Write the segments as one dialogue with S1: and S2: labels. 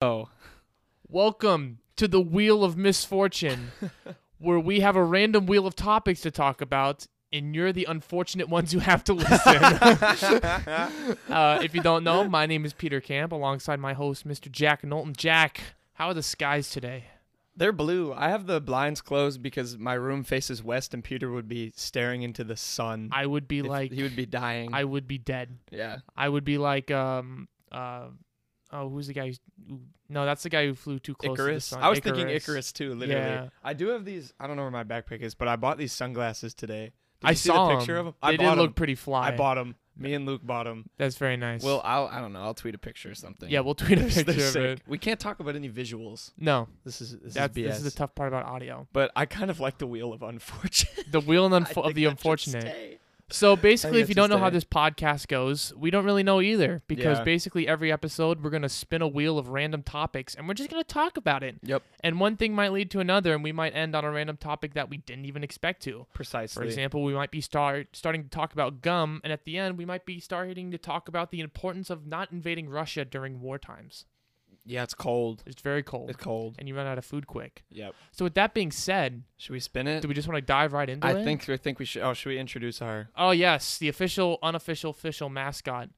S1: Welcome to the Wheel of Misfortune, where we have a random wheel of topics to talk about, and you're the unfortunate ones who have to listen. uh, if you don't know, my name is Peter Camp, alongside my host, Mr. Jack Knowlton. Jack, how are the skies today?
S2: They're blue. I have the blinds closed because my room faces west, and Peter would be staring into the sun.
S1: I would be
S2: If-
S1: like,
S2: he would be dying.
S1: I would be dead.
S2: yeah.
S1: I would be like, um, uh, oh, who's the guy? Who, no, that's the guy who flew too close to the
S2: Icarus.
S1: sun.
S2: I was thinking Icarus too, literally.
S1: Yeah.
S2: I do have these. I don't know where my backpack is, but I bought these sunglasses today. Did
S1: I
S2: you see
S1: saw
S2: the picture
S1: 'em.
S2: of them. I
S1: they
S2: bought
S1: did look
S2: 'em.
S1: pretty fly.
S2: I bought them. Me and Luke bought them.
S1: That's very nice.
S3: Well, I'll, I don't know. I'll tweet a picture or something.
S1: yeah, we'll tweet a
S2: They're
S1: picture of
S2: sick.
S1: it.
S2: We can't talk about any visuals.
S1: No,
S2: This is this
S1: that's
S2: is BS.
S1: this is the tough part about audio.
S2: but I kind of like the wheel of unfortunate.
S1: The wheel and unfo- of the unfortunate. So basically,
S2: think
S1: if you
S2: that's
S1: don't know how
S2: just
S1: this podcast goes, we don't really know either because
S2: Yeah.
S1: basically every episode we're gonna spin a wheel of random topics and we're just gonna talk about it.
S2: Yep.
S1: And one thing might lead to another, and we might end on a random topic that we didn't even expect to. For
S2: Precisely.
S1: example, we might be start starting to talk about gum, and at the end, we might be starting to talk about the importance of not invading Russia during war times.
S2: yeah, it's cold.
S1: It's very cold,
S2: It's cold.
S1: and you run out of food quick.
S2: Yep.
S1: So with that being said,
S2: Should we spin it?
S1: do we just want to dive right into
S2: I
S1: it?
S2: think I think we should. Oh, should we introduce our?
S1: Oh yes, the official, unofficial, official mascot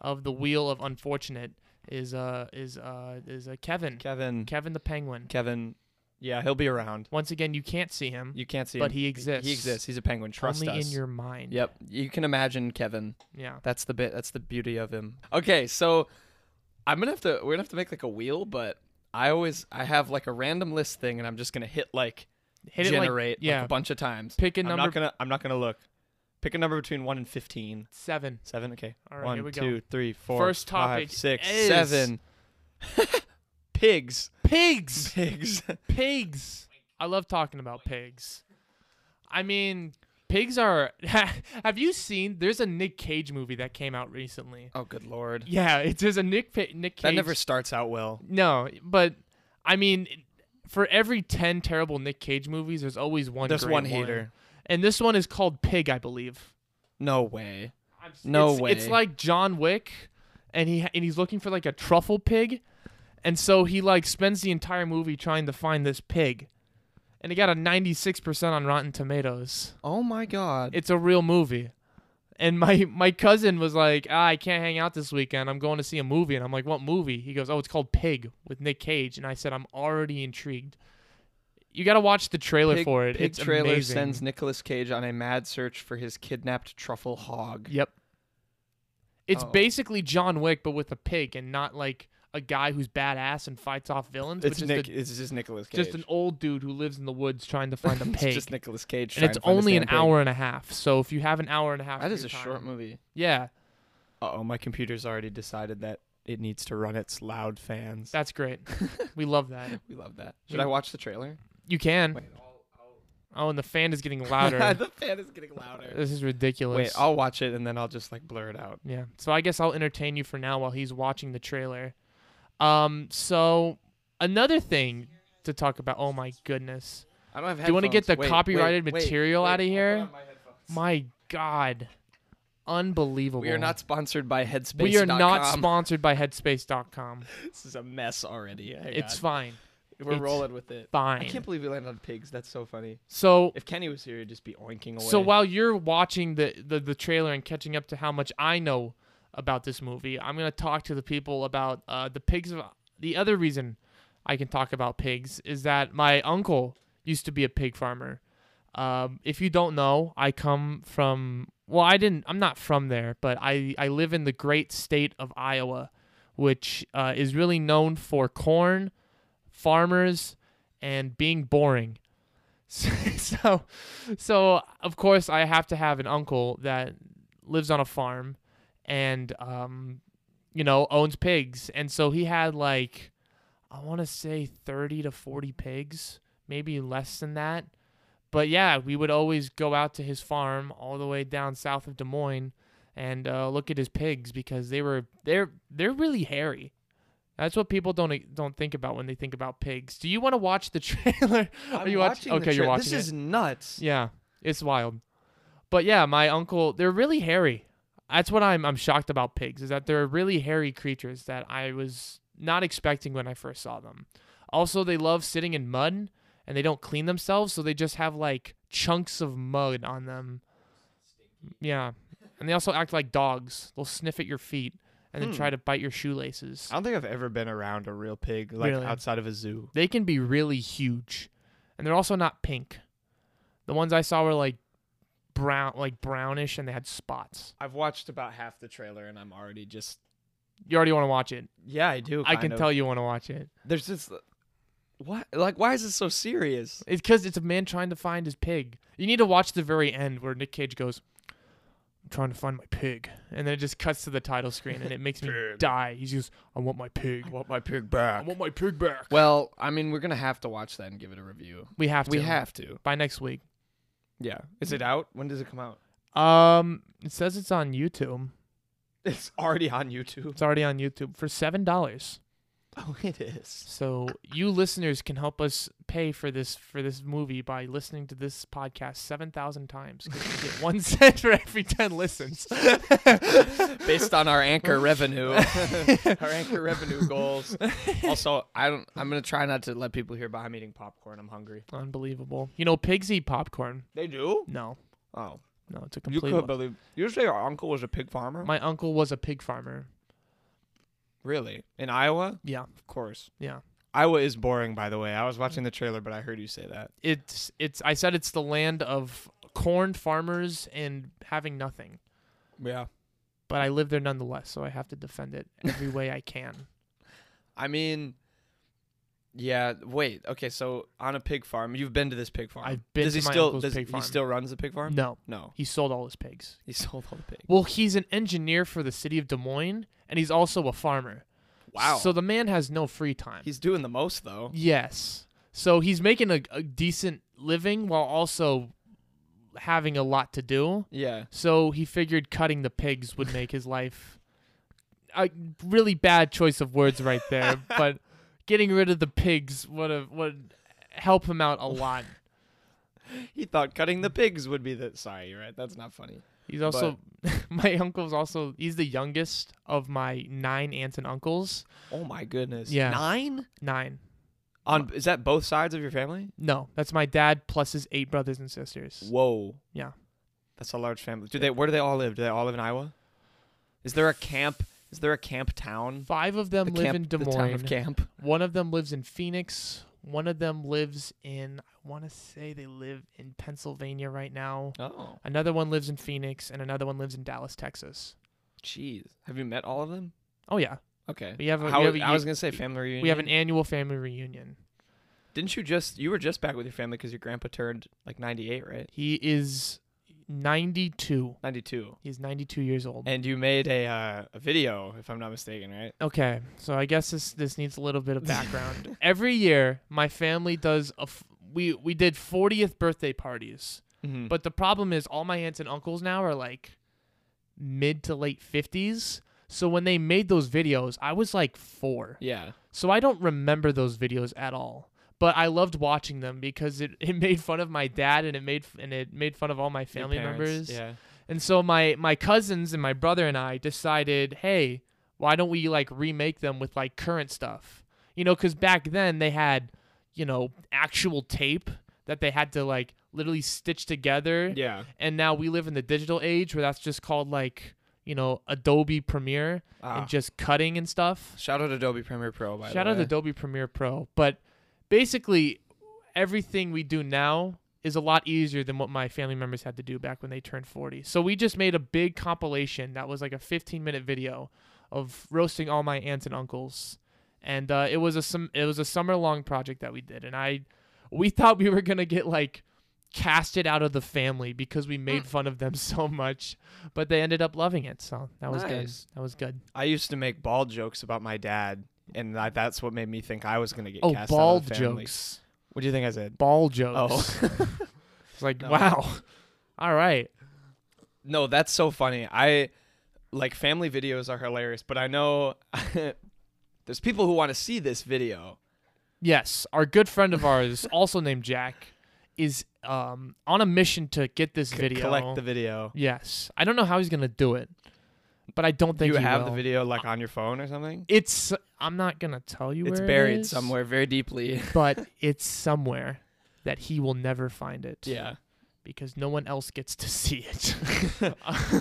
S1: of the Wheel of Unfortunate is uh is uh is uh, Kevin.
S2: Kevin.
S1: Kevin the Penguin.
S2: Kevin. Yeah, he'll be around.
S1: Once again, you can't see him,
S2: You can't see
S1: but
S2: him.
S1: he exists.
S2: He exists. He's a penguin. Trust
S1: only
S2: us.
S1: in your mind.
S2: yep. You can imagine Kevin.
S1: Yeah.
S2: That's the bit. That's the beauty of him.
S3: Okay, so I'm gonna have to. We're gonna have to make like a wheel, but I always I have like a random list thing, and I'm just gonna hit like
S1: Hit it like
S3: generate like,
S1: yeah.
S3: a bunch of times.
S1: pick a
S2: I'm
S1: number
S2: not gonna. I'm not gonna look. Pick a number between one and fifteen.
S1: seven.
S2: Seven. Okay.
S1: All right,
S2: One,
S1: here we go.
S2: two, three, four,
S1: First
S2: five,
S1: topic
S2: six,
S1: is-
S2: seven. Pigs.
S1: Pigs.
S2: Pigs.
S1: pigs. I love talking about pigs. I mean, pigs are. have you seen? There's a Nick Cage movie that came out recently.
S2: oh, good lord.
S1: Yeah, it's there's a Nick Pa- Nick Cage.
S2: That never starts out well.
S1: No, but I mean, for every ten terrible Nick Cage movies, there's always one.
S2: There's
S1: great
S2: one hater.
S1: and this one is called Pig, I believe.
S2: No way. No
S1: It's- It's
S2: way.
S1: like John Wick, and he and he's looking for like a truffle pig, and so he like spends the entire movie trying to find this pig, and it got a 96% on Rotten Tomatoes.
S2: Oh my god.
S1: It's a real movie. And my, my cousin was like, ah, I can't hang out this weekend. I'm going to see a movie. And I'm like, what movie? He goes, oh, it's called Pig with Nick Cage. And I said, I'm already intrigued. You got to watch the trailer
S2: Pig-
S1: for it.
S2: Pig
S1: it's
S2: trailer
S1: amazing.
S2: sends Nicolas Cage on a mad search for his kidnapped truffle hog.
S1: Yep. It's
S2: Oh.
S1: basically John Wick, but with a pig and not like a guy who's badass and fights off villains.
S2: It's
S1: which
S2: Nick.
S1: Is
S2: it's just Nicolas
S1: the,
S2: Cage.
S1: just an old dude who lives in the woods trying to find a
S2: It's
S1: pig.
S2: just Nicolas Cage.
S1: and
S2: trying
S1: it's
S2: to find this
S1: only an
S2: damn pig.
S1: hour and a half. So if you have an hour and a half,
S3: That
S1: of
S3: is
S1: your
S3: a short
S1: time-
S3: movie.
S1: Yeah,
S2: Uh oh, my computer's already decided that it needs to run its loud fans.
S1: that's great. we love that.
S3: We love that. Should
S1: We-
S3: I watch the trailer?
S1: You can. Oh, and the fan is getting louder.
S3: the fan is getting louder.
S1: this is ridiculous.
S2: Wait, I'll watch it and then I'll just like blur it out.
S1: Yeah. So I guess I'll entertain you for now while he's watching the trailer. Um. So another thing to talk about. Oh my goodness.
S3: I don't have.
S1: Do you want to get the
S3: headphones. Wait, wait,
S1: copyrighted
S3: wait,
S1: material
S3: wait,
S1: out of
S3: I'll put
S1: here?
S3: on my headphones.
S1: My God. Unbelievable.
S3: We are not sponsored by Headspace.
S1: We are not sponsored by Headspace.com.
S3: This is a mess already.
S1: It's fine.
S3: We're
S1: it's
S3: rolling with it. I
S1: Fine.
S3: can't believe we landed on pigs. That's so funny.
S1: So
S3: If Kenny was here, he'd just be oinking away.
S1: so while you're watching the, the the trailer and catching up to how much I know about this movie, I'm gonna talk to the people about uh, the pigs. Of, the other reason I can talk about pigs is that my uncle used to be a pig farmer. Um, if you don't know, I come from well, I didn't. I'm not from there, but I I live in the great state of Iowa, which uh, is really known for corn, farmers, and being boring. so so of course I have to have an uncle that lives on a farm and um you know owns pigs and so he had like I want to say 30 to 40 pigs maybe less than that but yeah we would always go out to his farm all the way down south of Des Moines and uh, look at his pigs because they were they're they're really hairy that's what people don't don't think about when they think about pigs. Do you want to watch the trailer?
S3: I'm
S1: Are you watch-
S3: the
S1: okay, you're
S3: tra-
S1: watching
S3: This
S1: it.
S3: is nuts.
S1: Yeah, it's wild. But yeah, my uncle, they're really hairy. That's what I'm I'm shocked about pigs is that they're really hairy creatures that I was not expecting when I first saw them. Also, they love sitting in mud and they don't clean themselves, so they just have like chunks of mud on them. Yeah. And they also act like dogs. They'll sniff at your feet and then
S2: Hmm.
S1: try to bite your shoelaces.
S2: I don't think I've ever been around a real pig like
S1: Really?
S2: outside of a zoo.
S1: They can be really huge. And they're also not pink. The ones I saw were like brown like brownish and they had spots.
S3: I've watched about half the trailer and I'm already just
S1: You already want to watch it.
S2: Yeah, I do.
S1: I can tell you want to watch it.
S3: there's just what like why is this so serious?
S1: It's because it's a man trying to find his pig. You need to watch the very end where Nick Cage goes, "I'm trying to find my pig," and then it just cuts to the title screen, and it makes me
S2: Pig.
S1: die. He's just, "I want my pig.
S2: want my pig
S1: I
S2: back.
S1: want my pig back."
S3: Well, I mean, we're gonna have to watch that and give it a review.
S1: We have to.
S3: We have to.
S1: by next week.
S3: Yeah.
S2: Is it out? When does it come out?
S1: Um, it says it's on YouTube.
S2: It's already on YouTube.
S1: It's already on YouTube for seven dollars.
S2: Oh, it is.
S1: So you listeners can help us pay for this for this movie by listening to this podcast seven thousand times. 'cause we get one cent for every ten listens.
S3: Based on our anchor revenue, our anchor revenue goals. Also, I don't. I'm gonna try not to let people hear about I'm eating popcorn. I'm hungry.
S1: Unbelievable. You know, pigs eat popcorn.
S2: They do?
S1: No,
S2: Oh,
S1: no, it's a
S2: you
S1: complete.
S2: could
S1: lie.
S2: believe. You say our uncle was a pig farmer?
S1: My uncle was a pig farmer.
S2: really? In Iowa?
S1: Yeah,
S2: Of course.
S1: yeah.
S2: Iowa is boring, by the way. I was watching the trailer, but I heard you say that.
S1: It's it's. I said it's the land of corn farmers and having nothing,
S2: Yeah.
S1: but I live there nonetheless, so I have to defend it every way I can.
S3: I mean, yeah. Wait. Okay. So on a pig farm, you've been to this pig farm.
S1: I've been
S3: does
S1: to
S3: he
S1: my
S3: still,
S1: uncle's
S3: does,
S1: pig farm.
S3: He still runs the pig farm.
S1: No,
S3: No.
S1: he sold all his pigs.
S3: He sold all the pig.
S1: Well, he's an engineer for the city of Des Moines, and he's also a farmer.
S3: Wow.
S1: So the man has no free time.
S3: He's doing the most though.
S1: Yes. So he's making a, a decent living while also having a lot to do.
S3: Yeah.
S1: So he figured cutting the pigs would make his life a really bad choice of words right there, but getting rid of the pigs would have would help him out a lot.
S3: He thought cutting the pigs would be the. Sorry, you're right. That's not funny.
S1: He's also my uncle's also he's the youngest of my nine aunts and uncles.
S3: Oh my goodness.
S1: Yeah.
S3: Nine.
S1: Nine.
S2: On is that both sides of your family?
S1: No, that's my dad plus his eight brothers and sisters.
S2: Whoa.
S1: Yeah.
S2: That's a large family. Do they? Where do they all live? Do they all live in Iowa? Is there a camp? Is there a camp town?
S1: Five of them
S3: The
S1: live
S3: camp-
S1: in Des
S3: the town
S1: Moines.
S3: of camp.
S1: One of them lives in Phoenix. One of them lives in, I want to say they live in Pennsylvania right now.
S3: Oh,
S1: Another one lives in Phoenix, and another one lives in Dallas, Texas.
S3: jeez. Have you met all of them?
S1: Oh yeah,
S3: Okay.
S1: we have a,
S3: How-
S1: we have a-
S3: I was gonna say family reunion.
S1: we have an annual family reunion.
S3: Didn't you just? You were just back with your family because your grandpa turned like 98, right?
S1: He is 92.
S3: 92.
S1: He's 92 years old.
S2: And you made a uh, a video, if I'm not mistaken, right?
S1: Okay, so I guess this this needs a little bit of background. Every year, my family does a f- we we did 40th birthday parties.
S2: Mm-hmm.
S1: But the problem is, all my aunts and uncles now are like mid to late 50s. So when they made those videos, I was like four.
S3: Yeah.
S1: So I don't remember those videos at all. But I loved watching them because it, it made fun of my dad and it made and it made fun of all my family members.
S2: Yeah.
S1: And so my my cousins and my brother and I decided, hey, why don't we like remake them with like current stuff? You know, because back then they had, you know, actual tape that they had to like literally stitch together
S2: Yeah.
S1: and now we live in the digital age where that's just called like you know Adobe Premiere
S2: Ah.
S1: and just cutting and stuff.
S3: Shout out Adobe Premiere Pro. By
S1: Shout
S3: the
S1: out to
S3: way.
S1: Adobe Premiere Pro, but basically everything we do now is a lot easier than what my family members had to do back when they turned 40. So we just made a big compilation that was like a 15 minute video of roasting all my aunts and uncles. And uh, it was a sum- it was a summer long project that we did and I we thought we were going to get like casted out of the family because we made fun of them so much, but they ended up loving it. So that was
S3: Nice.
S1: good. That was good.
S2: I used to make bald jokes about my dad, and I, that's what made me think I was gonna get
S1: Oh,
S2: cast out of
S1: bald
S2: the family.
S1: jokes.
S2: What do you think I said?
S3: Oh.
S1: ball jokes. it's like,
S2: No.
S1: wow. All right.
S2: No, that's so funny. I like family videos are hilarious, but I know
S3: There's people who want to see this video.
S1: Yes, our good friend of ours, also named Jack, is um on a mission to get this video.
S2: collect the video.
S1: yes, I don't know how he's gonna do it, but I don't think
S3: you
S1: he
S3: have
S1: will.
S3: the video like on your phone or something?
S1: It's I'm not gonna tell you.
S4: it's
S1: where it
S4: buried
S1: is,
S4: somewhere very deeply.
S1: but it's somewhere that he will never find it.
S4: yeah.
S1: because no one else gets to see it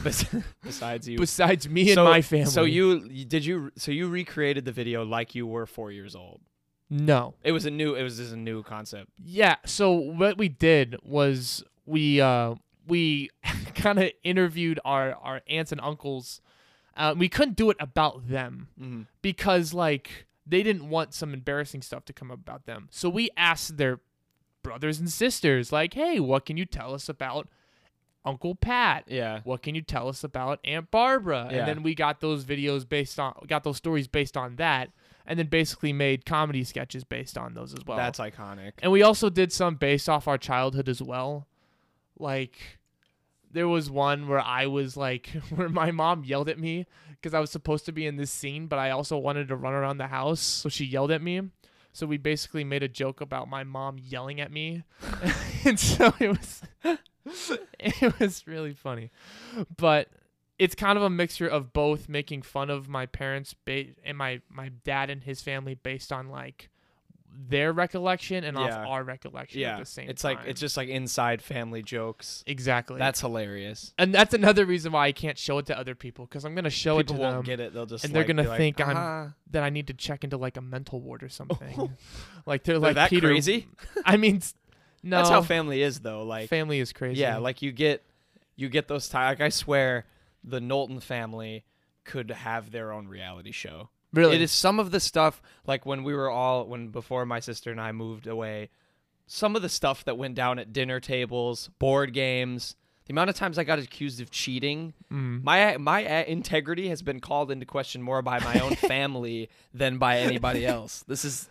S3: Bes- Besides you.
S1: besides me and
S3: So-
S1: my family.
S3: So you you- did you so you recreated the video like you were 4 years old.
S1: no.
S3: It was a new it was just a new concept.
S1: Yeah. So what we did was we uh, we kind of interviewed our our aunts and uncles. Uh, we couldn't do it about them
S3: Mm-hmm.
S1: because like they didn't want some embarrassing stuff to come up about them. So we asked their brothers and sisters like, "Hey, what can you tell us about Uncle Pat?
S3: Yeah.
S1: What can you tell us about Aunt Barbara?"
S3: Yeah.
S1: And then we got those videos based on got those stories based on that and then basically made comedy sketches based on those as well.
S3: That's iconic.
S1: And we also did some based off our childhood as well. Like there was one where I was like where my mom yelled at me because I was supposed to be in this scene, but I also wanted to run around the house, so she yelled at me. So we basically made a joke about my mom yelling at me. and so it was it was really funny. But it's kind of a mixture of both making fun of my parents ba- and my my dad and his family based on like their recollection and
S3: Yeah.
S1: off our recollection
S3: yeah.
S1: at the same
S3: it's
S1: time.
S3: like it's just like inside family jokes.
S1: exactly
S3: That's hilarious.
S1: and that's another reason why I can't show it to other people because I'm gonna show
S3: People
S1: it to
S3: won't
S1: them
S3: get it. They'll just
S1: and they're
S3: like,
S1: gonna
S3: be like,
S1: think I'm-
S3: "Uh-huh."
S1: that I need to check into like a mental ward or something. like they're
S3: They're
S1: like
S3: that
S1: Peter.
S3: crazy.
S1: I mean, s- no,
S3: That's how family is though. Like
S1: family is crazy.
S3: Yeah, like you get you get those tie like I swear the Knowlton family could have their own reality show.
S1: really,
S3: It is some of the stuff like when we were all when before my sister and I moved away, some of the stuff that went down at dinner tables, board games, the amount of times I got accused of cheating,
S1: Mm.
S3: my my uh, integrity has been called into question more by my own family than by anybody else. This is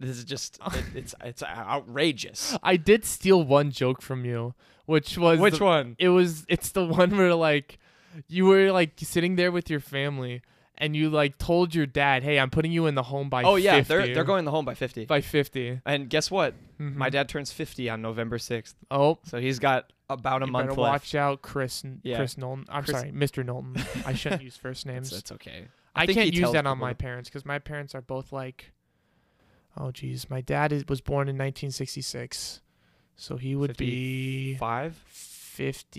S3: this is just it, it's it's uh, outrageous.
S1: I did steal one joke from you, which was the-
S3: one?
S1: It was it's the one where like you were like sitting there with your family and you like told your dad, "Hey, I'm putting you in the home by
S3: Oh yeah,
S1: 50."
S3: they're they're going the home by 50.
S1: by 50."
S3: And guess what?
S1: Mhm.
S3: My dad turns 50 on November 6th.
S1: Oh,
S3: So he's got about a
S1: you
S3: month
S1: better
S3: left.
S1: watch out, Chris.
S3: Yeah.
S1: Chris Nolan. I'm
S3: Chris-
S1: sorry, Mr. Nolan. I shouldn't use first names.
S3: It's, okay.
S1: I,
S3: think
S1: can't
S3: he
S1: use
S3: tells
S1: that on
S3: people
S1: my
S3: to-
S1: parents because my parents are both like, oh geez, my dad is, was born in 1966, so he would be
S3: Five?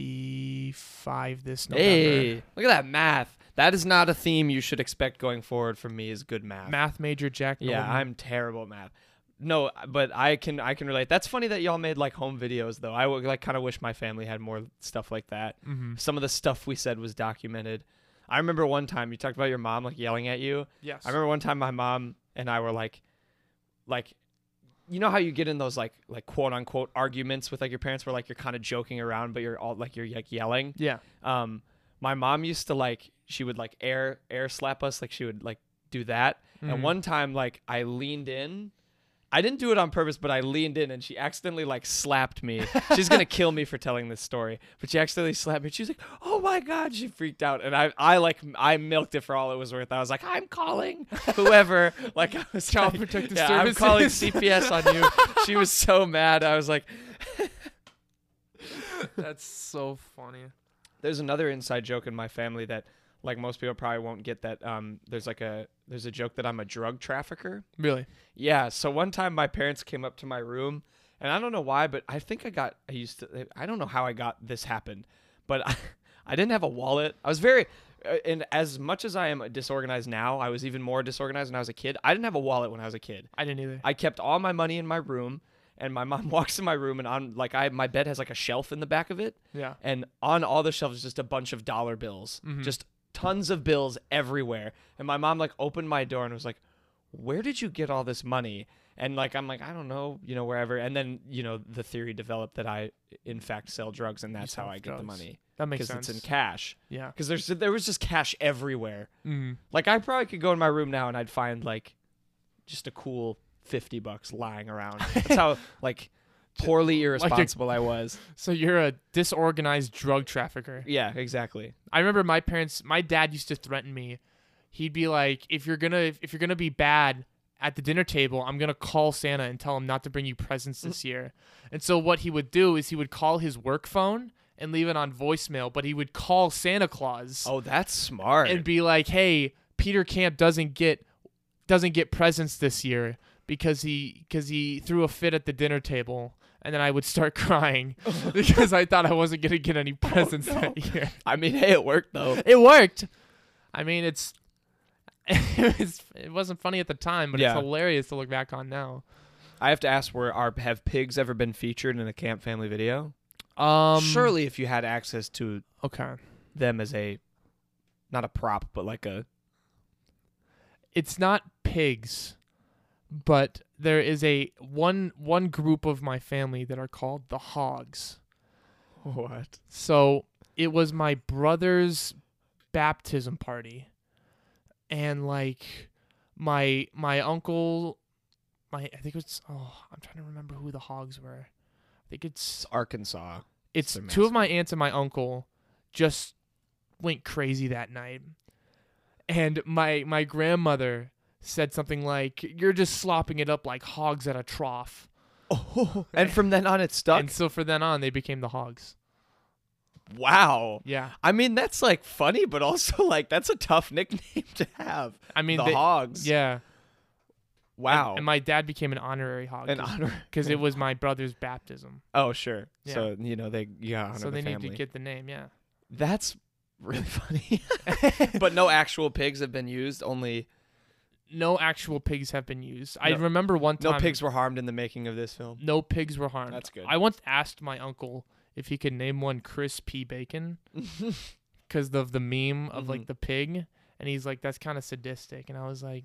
S1: 55 this November.
S3: Hey, look at that math. That is not a theme you should expect going forward from me is good math.
S1: Math major Jack.
S3: Yeah,
S1: Nolan.
S3: I'm terrible at math. No, but I can I can relate. That's funny that y'all made like home videos though. I would like kind of wish my family had more stuff like that.
S1: Mhm.
S3: Some of the stuff we said was documented. I remember one time you talked about your mom like yelling at you.
S1: Yes.
S3: I remember one time my mom and I were like, like, you know how you get in those like like quote unquote arguments with like your parents where like you're kind of joking around but you're all like you're like yelling.
S1: Yeah.
S3: Um, my mom used to like she would like air air slap us like she would like do that.
S1: Mhm.
S3: And one time like I leaned in. I didn't do it on purpose, but I leaned in and she accidentally like slapped me. She's gonna kill me for telling this story, but she accidentally slapped me. She's like, "Oh my god!" She freaked out, and I, I like, I milked it for all it was worth. I was like, "I'm calling whoever." Like I was
S1: Child
S3: like,
S1: Protective
S3: yeah, I'm calling
S1: Services."
S3: CPS on you. she was so mad. I was like,
S1: That's so funny.
S3: there's another inside joke in my family that like most people probably won't get that um there's like a there's a joke that I'm a drug trafficker.
S1: Really?
S3: Yeah, so one time my parents came up to my room and I don't know why but I think I got I used to I don't know how I got this happened, but I, I didn't have a wallet. I was very uh, and as much as I am disorganized now, I was even more disorganized when I was a kid. I didn't have a wallet when I was a kid.
S1: I didn't either.
S3: I kept all my money in my room and my mom walks in my room and on like I my bed has like a shelf in the back of it
S1: yeah.
S3: and on all the shelves is just a bunch of dollar bills
S1: Mm-hmm.
S3: just tons of bills everywhere and my mom like opened my door and was like where did you get all this money and like i'm like i don't know you know wherever and then you know the theory developed that i in fact sell drugs and that's how
S1: sell
S3: i get the
S1: drugs.
S3: money
S1: That
S3: because
S1: makes sense.
S3: it's in cash
S1: yeah.
S3: because there's there was just cash everywhere
S1: Mm.
S3: like i probably could go in my room now and i'd find like just a cool 50 bucks lying around that's how like poorly irresponsible i was
S1: So you're a disorganized drug trafficker.
S3: yeah exactly
S1: I remember my parents, my dad used to threaten me. He'd be like, "If you're gonna, if you're gonna be bad at the dinner table, I'm gonna call Santa and tell him not to bring you presents this year." And so what he would do is he would call his work phone and leave it on voicemail, but he would call Santa Claus
S2: Oh, that's smart.
S1: and be like, "Hey, Peter Camp doesn't get doesn't get presents this year because he because he threw a fit at the dinner table." And then I would start crying because I thought I wasn't gonna get any presents that year.
S2: I mean, hey, it worked though.
S1: It worked. I mean, it's it, was, it wasn't funny at the time, but
S2: Yeah.
S1: it's hilarious to look back on now.
S2: I have to ask, were are have pigs ever been featured in a camp family video?
S1: Um,
S2: Surely, if you had access to
S1: Okay.
S2: them as a not a prop, but like a
S1: It's not pigs, but there is a one one group of my family that are called the hogs.
S2: what?
S1: So it was my brother's baptism party, and like my my uncle, my I think it was oh I'm trying to remember who the hogs were. I think it's
S2: It's Arkansas.
S1: it's
S2: they're
S1: two of my aunts and my uncle just went crazy that night. And my my grandmother said something like, "You're just slopping it up like hogs at a trough."
S2: Oh, and from then on, it stuck.
S1: And so for then on, they became the hogs.
S2: wow.
S1: Yeah,
S2: I mean, that's like funny, but also like that's a tough nickname to have.
S1: I mean,
S2: the
S1: they-
S2: Hogs.
S1: yeah. And-
S2: Wow.
S1: And, my dad became an honorary hog
S2: An honor.
S1: because it was my brother's baptism.
S2: Oh, sure.
S1: Yeah.
S2: So you know they yeah honor
S1: so
S2: the
S1: they
S2: family.
S1: need to get the name, yeah.
S2: that's really funny.
S3: but no actual pigs have been used. Only
S1: No actual pigs have been used. I
S2: No-
S1: remember one
S2: no
S1: time
S2: pigs were harmed in the making of this film.
S1: no pigs were harmed.
S2: That's good.
S1: I once asked my uncle if he could name one Chris P. Bacon because of the meme of
S2: Mm-hmm.
S1: like the pig, and he's like, "That's kind of sadistic," and I was like,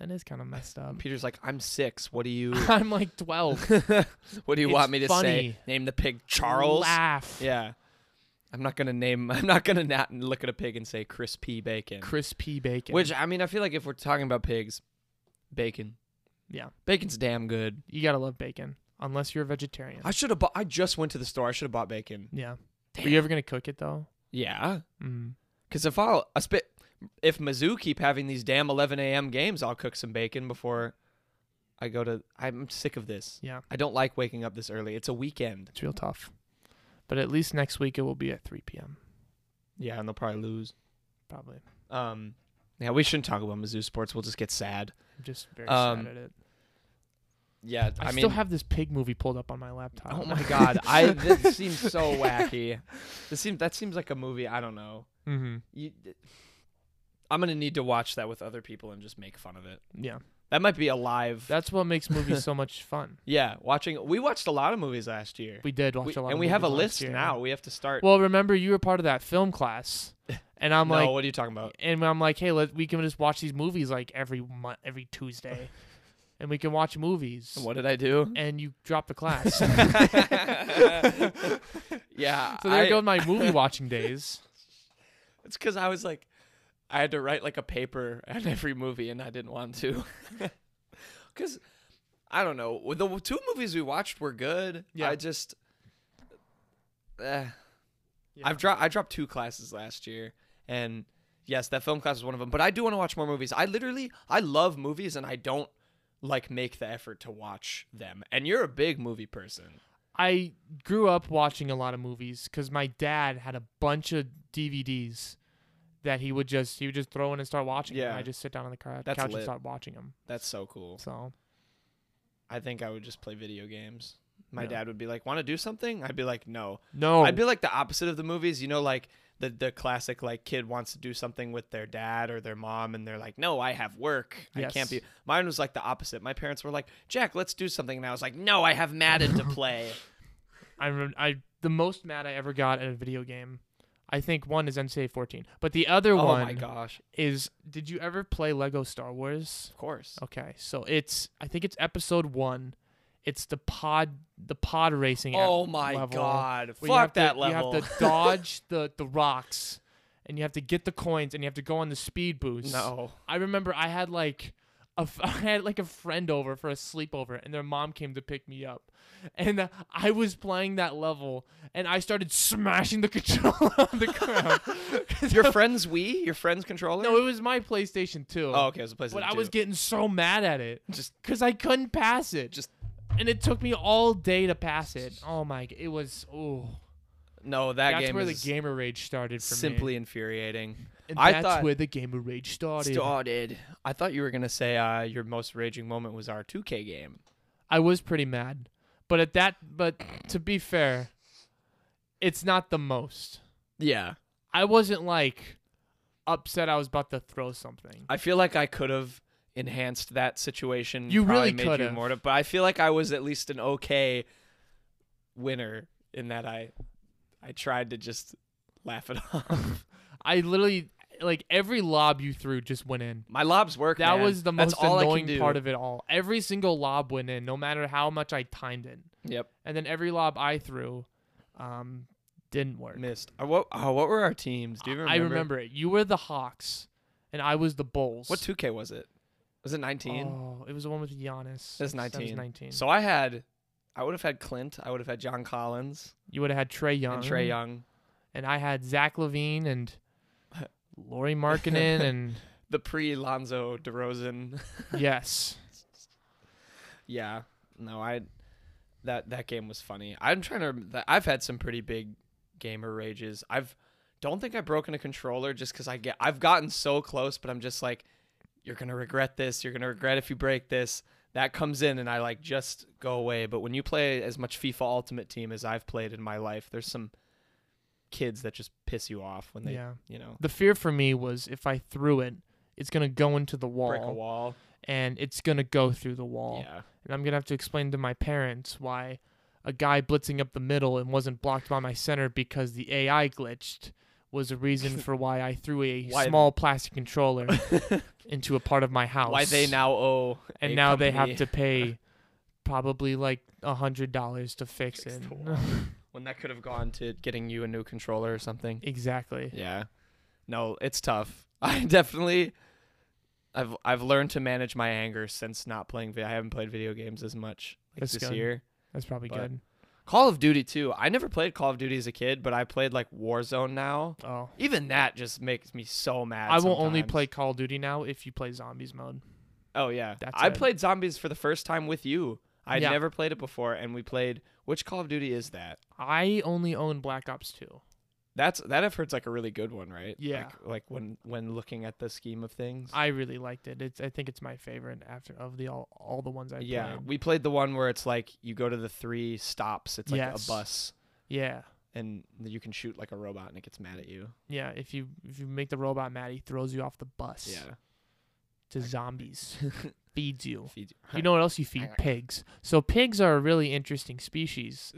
S1: "That is kind of messed up."
S2: Peter's like, I'm six. What do you?
S1: I'm like twelve.
S3: what do you
S1: It's
S3: want me to
S1: funny.
S3: say? Name the pig Charles.
S1: Laugh.
S2: yeah. I'm not gonna name. I'm not gonna not look at a pig and say crispy bacon.
S1: Chris P. Bacon.
S3: Which I mean, I feel like if we're talking about pigs,
S2: bacon.
S1: yeah,
S3: bacon's damn good.
S1: you gotta love bacon unless you're a vegetarian.
S2: I should have bought. I just went to the store. I should have bought bacon.
S1: yeah. Were you ever gonna cook it though?
S2: Yeah.
S1: Mm.
S2: Cause if I'll I spit, if Mizzou keep having these damn 11 a.m. games, I'll cook some bacon before I go to. I'm sick of this.
S1: Yeah.
S2: I don't like waking up this early. It's a weekend.
S1: It's real tough. But at least next week it will be at 3 p.m.
S2: Yeah, and they'll probably lose.
S1: Probably.
S2: Um, yeah, we shouldn't talk about Mizzou sports. We'll just get sad.
S1: I'm just very
S2: Um,
S1: sad at it.
S2: Yeah,
S1: I,
S2: I, mean,
S1: still have this pig movie pulled up on my laptop.
S2: oh my god, I this seems so wacky. This seems that seems like a movie. I don't know.
S1: mm-hmm.
S2: You, I'm gonna need to watch that with other people and just make fun of it.
S1: Yeah.
S2: That might be a live.
S1: That's what makes movies so much fun.
S2: yeah, watching. We watched a lot of movies last year.
S1: We did watch
S2: We-
S1: a lot
S2: and
S1: of
S2: we have a
S1: movies last
S2: list
S1: year.
S2: now. We have to start.
S1: Well, remember you were part of that film class. And I'm
S2: no, uh,
S1: like
S2: what are you talking about?
S1: and I'm like, "Hey, let we can just watch these movies like every month, every Tuesday." and we can watch movies.
S3: What did I do?
S1: And you dropped the class. so
S3: Yeah.
S1: there
S3: I-
S1: go my movie watching days.
S3: It's because I was like, I had to write like a paper at every movie, and I didn't want to. Because I don't know, the two movies we watched were good.
S1: Yeah.
S3: I just, eh.
S1: Yeah.
S3: I've dropped I dropped two classes last year, and yes, that film class was one of them. But I do want to watch more movies. I literally I love movies, and I don't like make the effort to watch them. And you're a big movie person.
S1: I grew up watching a lot of movies because my dad had a bunch of DVDs that he would just he would just throw in and start watching. 'em, and
S2: Yeah.
S1: I just sit down on the cou-
S3: That's
S1: couch and
S3: lit.
S1: start watching them.
S3: That's so cool.
S1: So
S3: I think I would just play video games. My
S1: Yeah.
S3: dad would be like, "Want to do something?" I'd be like, "No."
S1: no,
S3: I'd be like the opposite of the movies, you know, like the the classic like kid wants to do something with their dad or their mom and they're like, "No, I have work. I can't
S1: Yes.
S3: be." Mine was like the opposite. My parents were like, "Jack, let's do something." And I was like, "No, I have Madden to play."
S1: I rem- I the most mad I ever got at a video game. I think one is NCAA 14, but the other
S3: oh
S1: one
S3: my gosh.
S1: is did you ever play Lego Star Wars?
S3: Of course.
S1: Okay, so it's I think it's episode one. It's the pod the pod racing. ep-
S3: Oh my
S1: level.
S3: god.
S1: where you
S3: Fuck
S1: have to-
S3: that level.
S1: You have to dodge the the rocks, and you have to get the coins, and you have to go on the speed boost.
S3: no.
S1: I remember I had like. a f I had like a friend over for a sleepover, and their mom came to pick me up, and uh, I was playing that level, and I started smashing the controller on the ground.
S3: Your friend's Wii, your friend's controller?
S1: no, it was my PlayStation 2.
S3: Oh, okay. It was a place
S1: But I was getting so mad at it
S3: Just-
S1: because I couldn't pass it.
S3: Just-
S1: and it took me all day to pass it. Oh my! g- It was oh
S3: No, that
S1: that's
S3: game
S1: where the
S3: is
S1: gamer rage started for me.
S3: simply infuriating.
S1: And
S3: I
S1: that's
S3: thought-
S1: where the gamer rage started.
S3: Started. I thought you were gonna say uh, your most raging moment was our 2K game.
S1: I was pretty mad, but at that, but to be fair, it's not the most.
S3: Yeah,
S1: I wasn't like upset. I was about to throw something.
S3: I feel like I could have enhanced that situation.
S1: You
S3: probably
S1: really
S3: made
S1: could've.
S3: you more. to- But I feel like I was at least an okay winner in that I, I tried to just laugh it off.
S1: I literally like every lob you threw just went in.
S3: My lobs work.
S1: That
S3: man.
S1: was the
S3: That's
S1: most
S3: all I can
S1: annoying
S3: do.
S1: part of it all. Every single lob went in, no matter how much I timed it.
S3: Yep.
S1: And then every lob I threw, um, didn't work.
S3: Missed. Uh, what? Oh, what were our teams? Do you remember?
S1: I remember it. You were the Hawks, and I was the Bulls.
S3: What 2K was it? Was it 19?
S1: Oh, it was the one with Giannis.
S3: That's
S1: That was
S3: 19.
S1: 19.
S3: So I had, I would have had Clint. I would have had John Collins
S1: you would have had Trey Young.
S3: and Trey Young.
S1: And I had Zach Levine and Lori Markkinen, and
S3: The pre Lonzo DeRozan.
S1: yes,
S3: yeah. No, I. That that game was funny. I'm trying to. rem- that- I've had some pretty big gamer rages. I've don't think I've broken a controller just because I get. I've gotten so close, but I'm just like, you're gonna regret this. You're gonna regret if you break this. That comes in and I like just go away. But when you play as much FIFA Ultimate Team as I've played in my life, there's some kids that just piss you off when they,
S1: yeah.
S3: you know,
S1: The fear for me was if I threw it, it's gonna go into the wall,
S3: break a wall.
S1: and it's gonna go through the wall,
S3: Yeah.
S1: and I'm gonna have to explain to my parents why a guy blitzing up the middle and wasn't blocked by my center because the AI glitched was a reason for why I threw a
S3: Why-
S1: small plastic controller into a part of my house.
S3: Why they now owe
S1: and
S3: a
S1: now they
S3: company-
S1: have to pay probably like a hundred dollars to fix
S3: Fix
S1: it.
S3: the wall. when that could have gone to getting you a new controller or something.
S1: exactly.
S3: Yeah. No, it's tough. I definitely I've I've learned to manage my anger since not playing video. I haven't played video games as much like
S1: That's
S3: this
S1: good.
S3: year.
S1: That's probably
S3: But-
S1: good.
S3: Call of Duty too. I never played Call of Duty as a kid, but I played like Warzone now.
S1: Oh,
S3: Even that just makes me so mad.
S1: I will only
S3: sometimes.
S1: play Call of Duty now if you play Zombies mode.
S3: Oh yeah,
S1: That's
S3: I
S1: it.
S3: played zombies for the first time with you. I would
S1: Yeah.
S3: never played it before, and we played. Which Call of Duty is that?
S1: I only own Black Ops Two.
S3: That's that I've heard's like a really good one, right?
S1: Yeah.
S3: Like, like when when looking at the scheme of things.
S1: I really liked it. It's I think it's my favorite after of the all all the ones I
S3: yeah,
S1: played.
S3: we played the one where it's like you go to the three stops. It's like
S1: Yes.
S3: a bus,
S1: Yeah.
S3: and you can shoot like a robot, and it gets mad at you.
S1: Yeah, if you if you make the robot mad, he throws you off the bus to
S3: I-
S1: zombies, feeds you.
S3: Feeds
S1: You know what else you feed?
S3: Alright.
S1: Pigs. So pigs are a really interesting species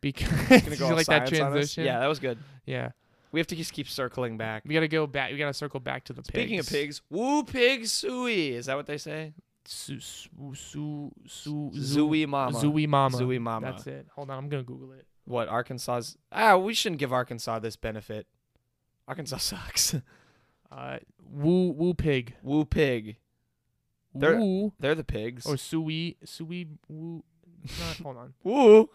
S1: because
S3: Gonna
S1: you
S3: go all
S1: like that
S3: science on us?
S1: transition.
S3: Yeah, that was good.
S1: yeah.
S3: We have to just keep circling back.
S1: We gotta go back. We gotta circle back to the
S3: Speaking
S1: pigs.
S3: of pigs, woo pig suey. Is that what they say?
S1: su, su, su, su, zoo-
S3: Zooey mama.
S1: zooey mama.
S3: Zooey mama.
S1: That's it. Hold on, I'm gonna Google it.
S3: What Arkansas's? Ah, we shouldn't give Arkansas this benefit. Arkansas sucks.
S1: Uh, woo woo pig.
S3: woo pig. They're-
S1: woo
S3: They're the pigs.
S1: or sui sui woo. Not, hold on.
S3: Woo.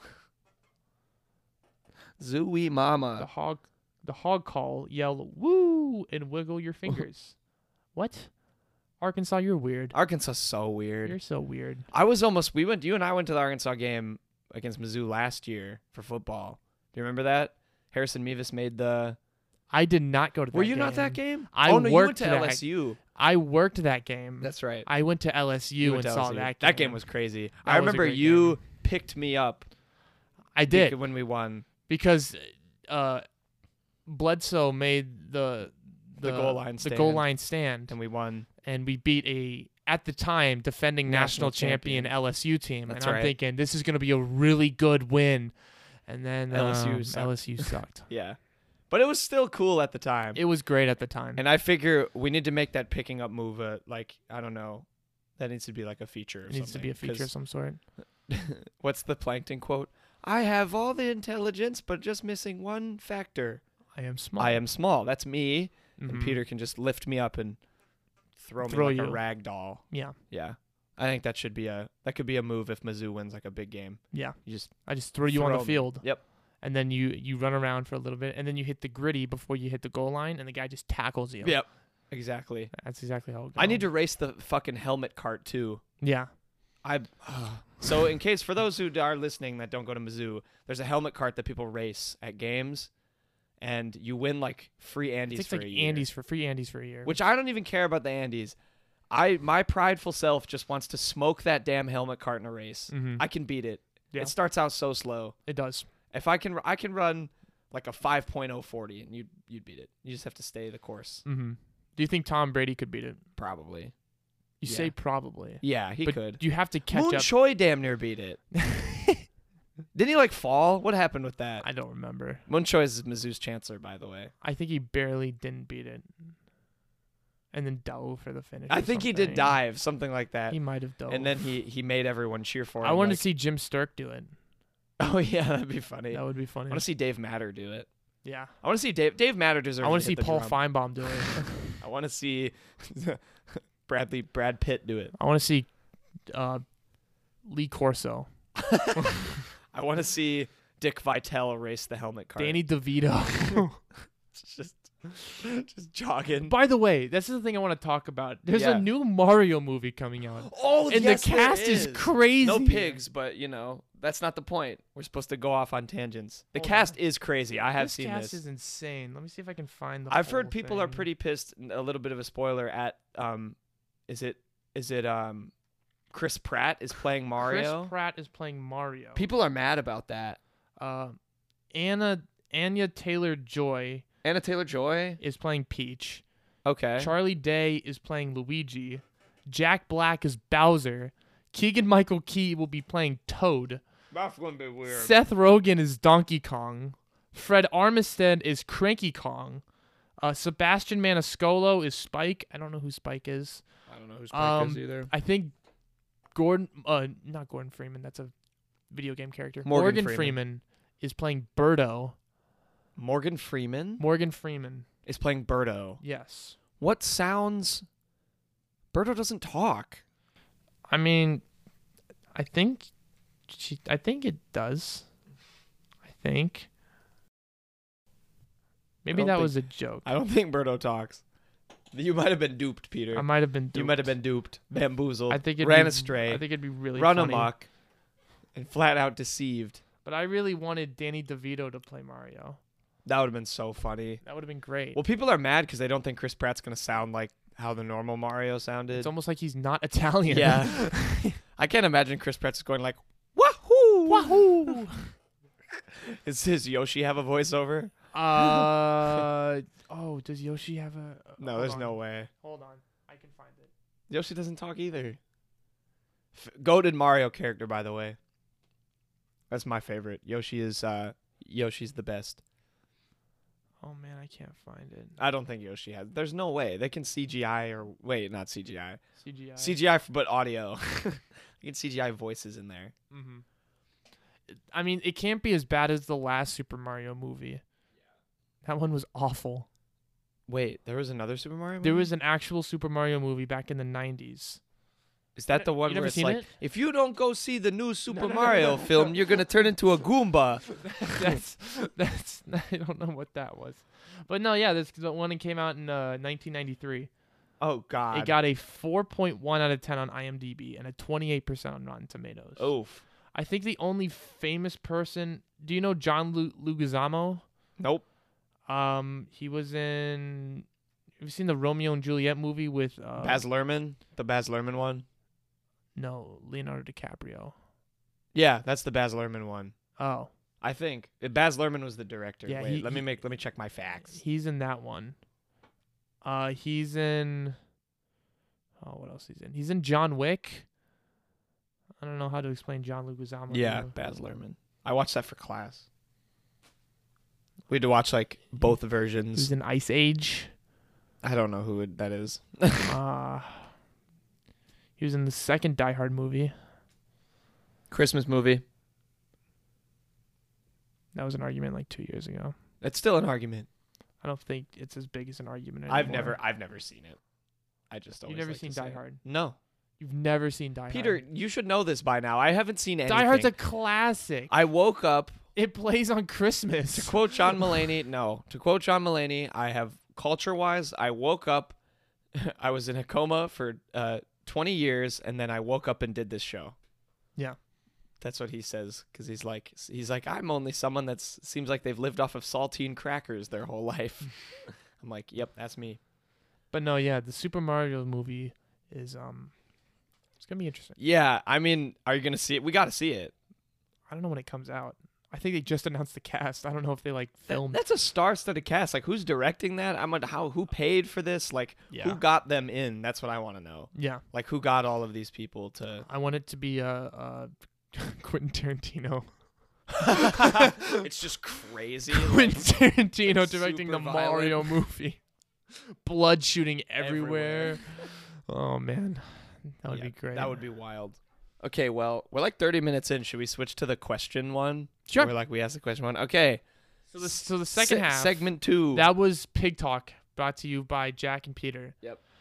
S3: Zooey
S1: The
S3: mama.
S1: hog, the hog call. Yell woo and wiggle your fingers. what? Arkansas, you're weird.
S3: Arkansas so weird.
S1: You're so weird.
S3: I was almost we went you and I went to the Arkansas game against Mizzou last year for football. Do you remember that? Harrison Mevis made the
S1: I did not go to. That
S3: Were you not that game?
S1: I
S3: oh no, you went
S1: worked
S3: to
S1: that-
S3: LSU.
S1: I worked that game.
S3: That's right.
S1: I went to LSU
S3: You
S1: and
S3: went to
S1: saw
S3: LSU.
S1: that. game.
S3: That game was crazy. I
S1: was a
S3: remember
S1: great
S3: you picked me up
S1: I did
S3: when we won
S1: because uh, Bledsoe made the,
S3: The goal line
S1: the goal
S3: stand.
S1: line stand,
S3: and we won.
S1: and we beat a at the time defending
S3: National
S1: national, champion,
S3: champion.
S1: LSU team.
S3: That's
S1: and I'm
S3: right.
S1: thinking this is going to be a really good win, and then
S3: LSU
S1: um,
S3: sucked.
S1: LSU sucked.
S3: Yeah. But it was still cool at the time.
S1: it was great at the time.
S3: And I figure we need to make that picking up move a like I don't know. That needs to be like a feature. Or
S1: it needs to be a feature of some sort.
S3: What's the plankton quote? I have all the intelligence, but just missing one factor.
S1: I am small.
S3: I am small. That's me. And
S1: Mhm.
S3: Peter can just lift me up and throw me
S1: Throw
S3: like a
S1: you.
S3: rag doll.
S1: Yeah,
S3: Yeah, I think that should be a that could be a move if Mizzou wins like a big game.
S1: yeah.
S3: You just
S1: I just throw you on
S3: Throw
S1: the
S3: me.
S1: field.
S3: Yep.
S1: And then you you run around for a little bit, and then you hit the gritty before you hit the goal line, and the guy just tackles you.
S3: yep exactly.
S1: That's exactly how it goes.
S3: I need to race the fucking helmet cart too.
S1: Yeah.
S2: I
S3: So, in case for those who are listening that don't go to Mizzou, there's a helmet cart that people race at games, and you win like free
S1: It
S3: Andes
S1: takes
S3: for
S1: like
S3: a year.
S1: Andes for free Andes for a year.
S3: Which I don't even care about the Andes. I my prideful self just wants to smoke that damn helmet cart in a race.
S1: Mhm.
S3: I can beat it.
S1: Yeah.
S3: It starts out so slow.
S1: it does.
S3: If I can, I can run like a 5.040, and you'd you'd beat it. You just have to stay the course.
S1: Mm-hmm. Do you think Tom Brady could beat it?
S3: Probably.
S1: You
S3: Yeah.
S1: say probably.
S3: Yeah, he
S1: but
S3: could.
S1: You have to catch
S3: Moon
S1: up.
S3: Choi damn near beat it. Didn't he like fall? What happened with that?
S1: I don't remember.
S3: Moon Choi is Mizzou's chancellor, by the way.
S1: I think he barely didn't beat it. And then dove for the finish.
S3: I
S1: or
S3: think he did
S1: something.
S3: dive, something like that.
S1: He might have dove.
S3: and then he he made everyone cheer for him.
S1: I want
S3: like-
S1: to see Jim Sturk do it.
S3: Oh yeah, that'd be funny.
S1: That would be funny.
S3: I want to see Dave Matter do it.
S1: yeah.
S3: I want to see Dave Dave Matter deserves.
S1: I want
S3: to
S1: to see
S3: hit the
S1: Paul
S3: drum.
S1: Feinbaum do it.
S3: I want to see Bradley Brad Pitt do it.
S1: I want to see uh, Lee Corso,
S3: I want to see Dick Vitale race the helmet cart.
S1: Danny DeVito.
S3: It's just just jogging.
S1: By the way, this is the thing I want to talk about. There's
S3: Yeah.
S1: a new Mario movie coming out,
S3: oh,
S1: and
S3: yes,
S1: the
S3: there
S1: cast is.
S3: is.
S1: crazy.
S3: No pigs, but you know that's not the point. We're supposed to go off on tangents. The
S1: Hold
S3: cast is crazy. I have
S1: this
S3: seen
S1: cast
S3: this.
S1: is insane. Let me see if I can find the.
S3: I've heard
S1: whole
S3: people are
S1: thing.
S3: pretty pissed. n- A little bit of a spoiler at um, is it is it um, Chris Pratt is playing Mario.
S1: Chris Pratt is playing Mario.
S3: people are mad about that.
S1: uh, Anna Anya Taylor Joy
S3: Anna Taylor Joy.
S1: is playing Peach.
S3: Okay.
S1: Charlie Day is playing Luigi. Jack Black is Bowser. Keegan Michael Key will be playing Toad.
S3: That's gonna be weird.
S1: Seth Rogen is Donkey Kong. Fred Armistead is Cranky Kong. Uh, Sebastian Maniscalco is Spike. I don't know who Spike is.
S3: I don't know who's
S1: Spike is
S3: either.
S1: I think Gordon, uh, not Gordon Freeman. That's a video game character.
S3: Morgan
S1: Freeman.
S3: Freeman.
S1: is playing Birdo.
S3: Morgan Freeman
S1: Morgan Freeman.
S3: is playing Birdo.
S1: Yes.
S3: What sounds? Birdo doesn't talk.
S1: I mean, I think she. I think it does. I think. Maybe
S3: don't
S1: that
S3: think-
S1: was a joke.
S3: I don't think Birdo talks. You might have been duped, Peter.
S1: I might have been.
S3: You might have been duped, bamboozled,
S1: I think it
S3: ran
S1: be,
S3: astray,
S1: I think it'd be really
S3: run
S1: funny.
S3: amok, and flat out deceived.
S1: But I really wanted Danny DeVito to play Mario.
S3: That would have been so funny.
S1: That would have been great.
S3: Well, people are mad because they don't think Chris Pratt's gonna sound like how the normal Mario sounded.
S1: it's almost like he's not Italian.
S3: yeah, I can't imagine Chris Pratt's going like, "Wahoo,
S1: Wahoo!
S3: Is his Yoshi have a voiceover?
S1: uh, oh, does Yoshi have a?
S3: No,
S1: hold
S3: there's
S1: on.
S3: no way.
S1: Hold on, I can find it.
S3: Yoshi doesn't talk either. F- goated Mario character, by the way. That's my favorite. Yoshi is uh, Yoshi's the best.
S1: Oh man, I can't find it.
S3: I don't think Yoshi has. There's no way they can CGI or wait, not CGI,
S1: CGI.
S3: CGI f- but audio. you can CGI voices in there.
S1: Mm-hmm. I mean, it can't be as bad as the last Super Mario movie. That one was awful.
S3: Wait, there was another Super Mario.
S1: There
S3: movie?
S1: was an actual Super Mario movie back in the '90s.
S3: Is that the
S1: You
S3: one
S1: never
S3: where it's
S1: seen
S3: like,
S1: it?
S3: if you don't go see the new Super
S1: no, no,
S3: Mario
S1: no.
S3: film, you're gonna turn into a Goomba.
S1: that's that's I don't know what that was, but no, yeah, this the one that came out in uh, 1993.
S3: Oh God.
S1: It got a 4.1 out of 10 on IMDb and a 28% on Rotten Tomatoes.
S3: Oof.
S1: I think the only famous person. Do you know John Lu- Luguzamo?
S3: Nope.
S1: Um, he was in. Have you seen the Romeo and Juliet movie with? Uh,
S3: Baz Luhrmann, the Baz Luhrmann one.
S1: No, Leonardo DiCaprio.
S3: Yeah, that's the Baz Luhrmann one.
S1: Oh,
S3: I think Baz Luhrmann was the director.
S1: Yeah,
S3: Wait,
S1: he-
S3: let me
S1: he-
S3: make. Let me check my facts.
S1: he's in that one. Uh, he's in. Oh, what else he's in? He's in John Wick. I don't know how to explain John Luguzamo. to
S3: Yeah,
S1: you.
S3: Baz Luhrmann. I watched that for class. We had to watch like both versions.
S1: he's in Ice Age.
S3: I don't know who it, that is.
S1: Uh, he was in the second Die Hard movie.
S3: Christmas movie.
S1: That was an argument like two years ago.
S3: It's still an argument.
S1: I don't think it's as big as an argument anymore.
S3: I've never, I've never seen it. I just always
S1: You've never
S3: like to
S1: seen
S3: say
S1: Die
S3: it.
S1: Hard.
S3: No,
S1: You've never seen Die
S3: Peter,
S1: Hard.
S3: you should know this by now. I haven't seen anything.
S1: Die Hard's a classic.
S3: I woke up
S1: it plays on Christmas.
S3: to quote John Mulaney. No, to quote John Mulaney, I have culture-wise. I woke up. I was in a coma for uh, 20 years and then I woke up and did this show.
S1: Yeah.
S3: That's what he says cuz he's like he's like I'm only someone that seems like they've lived off of saltine crackers their whole life. I'm like, "Yep, that's me."
S1: But no, yeah, the Super Mario movie is um, it's gonna be interesting.
S3: Yeah, I mean, are you going to see it? We got to see it.
S1: I don't know when it comes out. I think they just announced the cast. I don't know if they like
S3: That-
S1: filmed.
S3: that's a star-studded cast. Like who's directing that? I'm like how who paid for this? Like
S1: Yeah.
S3: who got them in? That's what I want to know.
S1: yeah,
S3: Like who got all of these people to
S1: I want it to be uh, uh Quentin Tarantino.
S5: it's just crazy.
S1: Quentin Tarantino directing
S5: super
S1: the
S5: violent.
S1: Mario movie. Blood shooting everywhere.
S3: Everywhere.
S1: Oh man, that would
S3: Yeah,
S1: be great.
S3: That would be wild. Okay, well, we're like 30 minutes in. Should we switch to the question one?
S1: Sure.
S3: We're like we asked the question one. Okay.
S1: so. The, so the second
S3: Se-
S1: half
S3: segment 2.
S1: that was Pig Talk, brought to you by Jack and Peter.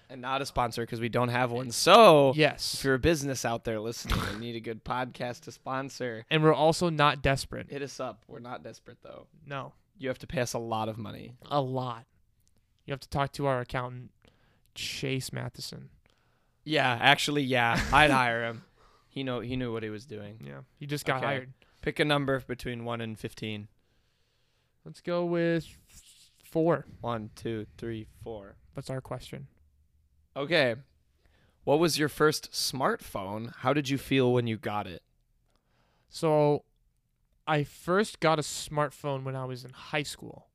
S3: and not a sponsor because we don't have one. So, if
S1: Yes,
S3: you're a business out there listening and need a good podcast to sponsor,
S1: and we're also not desperate.
S3: hit us up. We're not desperate though.
S1: No,
S3: You have to pay us a lot of money.
S1: a lot. You have to talk to our accountant, Chase Matheson.
S3: Yeah, actually, yeah. I'd hire him. He know he knew what he was doing.
S1: Yeah, you just got
S3: Okay.
S1: hired.
S3: Pick a number between 1 and 15.
S1: Let's go with four.
S3: One, two, three, four.
S1: That's our question.
S3: Okay. What was your first smartphone? How did you feel when you got it?
S1: So I first got a smartphone when I was in high school.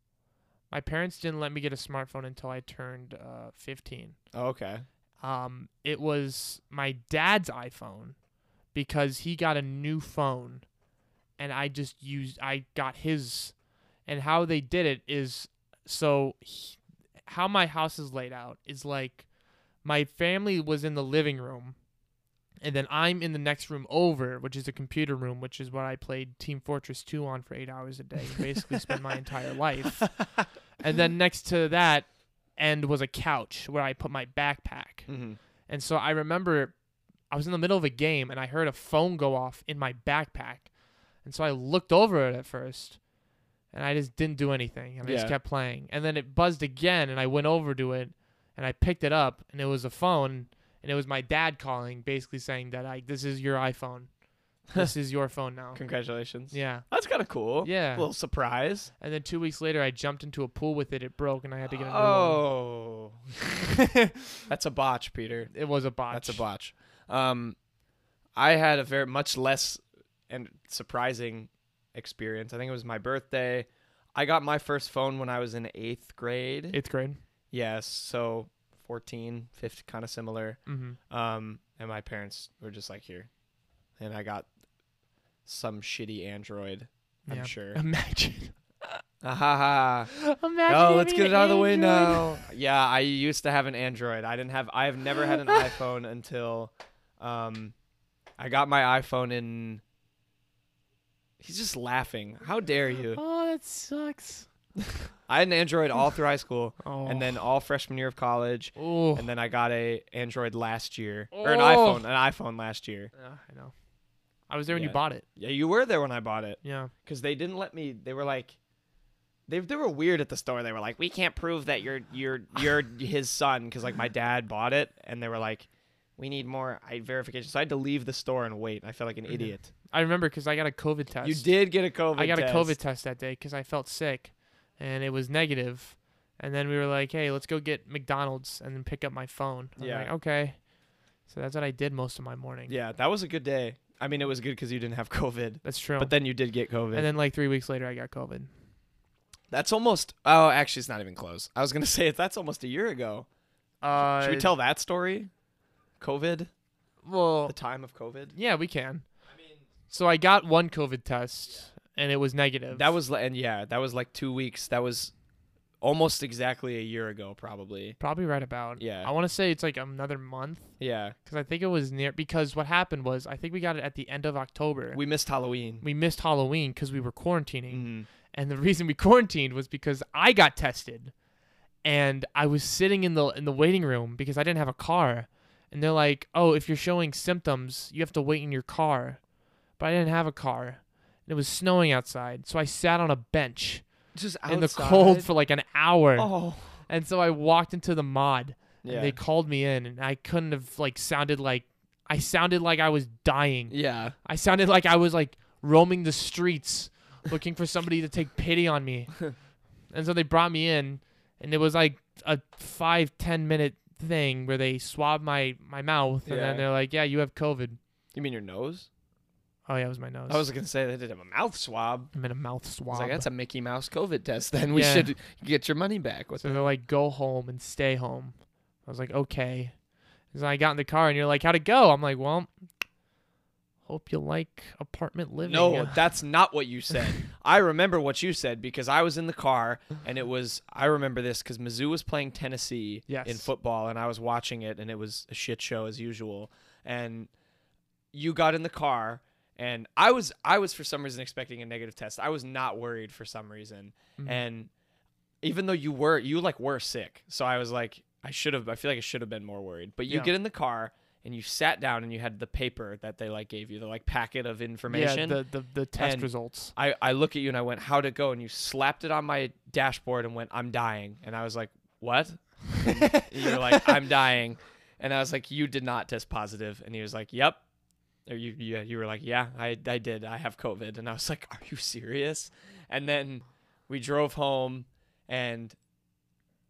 S1: My parents didn't let me get a smartphone until I turned uh, 15.
S3: okay.
S1: Um, it was my dad's iPhone because he got a new phone and I just used, I got his. And how they did it is so he- how my house is laid out is like my family was in the living room and then I'm in the next room over, which is the computer room, which is what I played Team Fortress 2 on for eight hours a day, and basically spent my entire life. And then next to that end was a couch where I put my backpack.
S3: Mm-hmm.
S1: And so I remember I was in the middle of a game and I heard a phone go off in my backpack. And so I looked over it at first and I just didn't do anything. And I just
S3: Yeah.
S1: kept playing. And then it buzzed again and I went over to it and I picked it up and it was a phone and it was my dad calling basically saying that I this is your iPhone. this is your phone now.
S3: Congratulations.
S1: Yeah.
S3: That's kind of cool.
S1: Yeah.
S3: little surprise.
S1: And then 2 weeks later I jumped into a pool with it. It broke and I had to get a new one.
S3: Oh. That's a botch, Peter.
S1: It was a botch.
S3: That's a botch. Um, I had a very much less and surprising experience. I think it was my birthday. I got my first phone when I was in eighth grade.
S1: 8th grade.
S3: yes, so 14, 50, kind of similar.
S1: Mhm.
S3: Um, and my parents were just like, here. And I got some shitty Android, I'm
S1: Yeah.
S3: sure.
S1: Imagine.
S3: Ah, ha, ha.
S1: Imagine.
S3: Oh, let's
S1: having
S3: get it
S1: an
S3: out of the way
S1: Android.
S3: now. Yeah, I used to have an Android. I didn't have, I have never had an iPhone until um, I got my iPhone in. He's just laughing. How dare you?
S1: Oh, that sucks.
S3: I had an Android all through high school
S1: Oh.
S3: and then all freshman year of college.
S1: oh,
S3: And then I got a Android last year, or an
S1: Oh.
S3: iPhone, an iPhone last year.
S1: I know. I was there when you
S3: Yeah.
S1: bought it.
S3: Yeah, you were there when I bought it.
S1: Yeah.
S3: because they didn't let me. They were like, they they were weird at the store. They were like, we can't prove that you're you're you're his son because like my dad bought it, and they were like, we need more I, verification. So I had to leave the store and wait. and I felt like an idiot.
S1: I remember because I got a COVID test.
S3: You did get a COVID.
S1: Mm-hmm. I got
S3: test.
S1: a COVID test that day because I felt sick, and it was negative. And then we were like, "Hey, let's go get McDonald's and then pick up my phone." I'm
S3: Yeah.
S1: like, okay. So that's what I did most of my morning.
S3: Yeah, that was a good day. I mean, it was good because you didn't have COVID,
S1: That's true.
S3: but then you did get COVID.
S1: and then like three weeks later, I got COVID.
S3: that's almost. Oh, actually, it's not even close. I was gonna say that's almost a year ago.
S1: Uh,
S3: Should we tell that story? COVID,
S1: Well,
S3: the time of COVID.
S1: yeah, we can. So I got one COVID test, and it was negative.
S3: That was li- and yeah, that was like two weeks. That was almost exactly a year ago, probably.
S1: probably right about.
S3: Yeah.
S1: I want to say it's like another month.
S3: Yeah,
S1: because I think it was near. Because what happened was, I think we got it at the end of October.
S3: we
S1: We,
S3: missed Halloween.
S1: missed Halloween because we were quarantining,
S3: Mhm.
S1: and the reason we quarantined was because I got tested, and I was sitting in the in the waiting room because I didn't have a car, and they're like, "Oh, if you're showing symptoms, you have to wait in your car," but I didn't have a car, and it was snowing outside, so I sat on a bench
S3: Just
S1: in the cold for like an hour,
S3: Oh,
S1: and so I walked into the mod. and they called me in and I couldn't have like sounded like I sounded like I was dying.
S2: Yeah.
S1: I sounded like I was like roaming the streets looking for somebody to take pity on me. and so they brought me in and it was like a five, ten minute thing where they swabbed my, my mouth and
S2: Yeah.
S1: then they're like, Yeah, you have COVID.
S3: You mean your nose?
S1: Oh yeah, it was my nose.
S3: I was gonna say they did have a mouth swab.
S1: I'm in a mouth swab.
S3: It's like that's a Mickey Mouse COVID test. Then we
S1: Yeah.
S3: should get your money back. What's
S1: so they're like, go home and stay home. I was like, okay. And so I got in the car and you're like, how'd it go? I'm like, well, hope you like apartment living.
S3: No, that's not what you said. I remember what you said because I was in the car and it was. I remember this because Mizzou was playing Tennessee
S1: Yes.
S3: in football and I was watching it and it was a shit show as usual. And you got in the car and I was I was for some reason expecting a negative test. I was not worried for some reason
S1: Mhm.
S3: and even though you were you like were sick, so I was like I should have. I feel like I should have been more worried. But you
S1: Yeah.
S3: get in the car. And you sat down and you had the paper that they like gave you, the like packet of information.
S1: Yeah, the, the, the test
S3: and-
S1: results.
S3: I, I look at you and I went, How'd it go? And you slapped it on my dashboard and went, I'm dying. And I was like, What? And you're like, I'm dying. And I was like, You did not test positive. And he was like, Yep. Or you, yeah, you were like, Yeah, I, I did. I have COVID. And I was like, Are you serious? And then we drove home and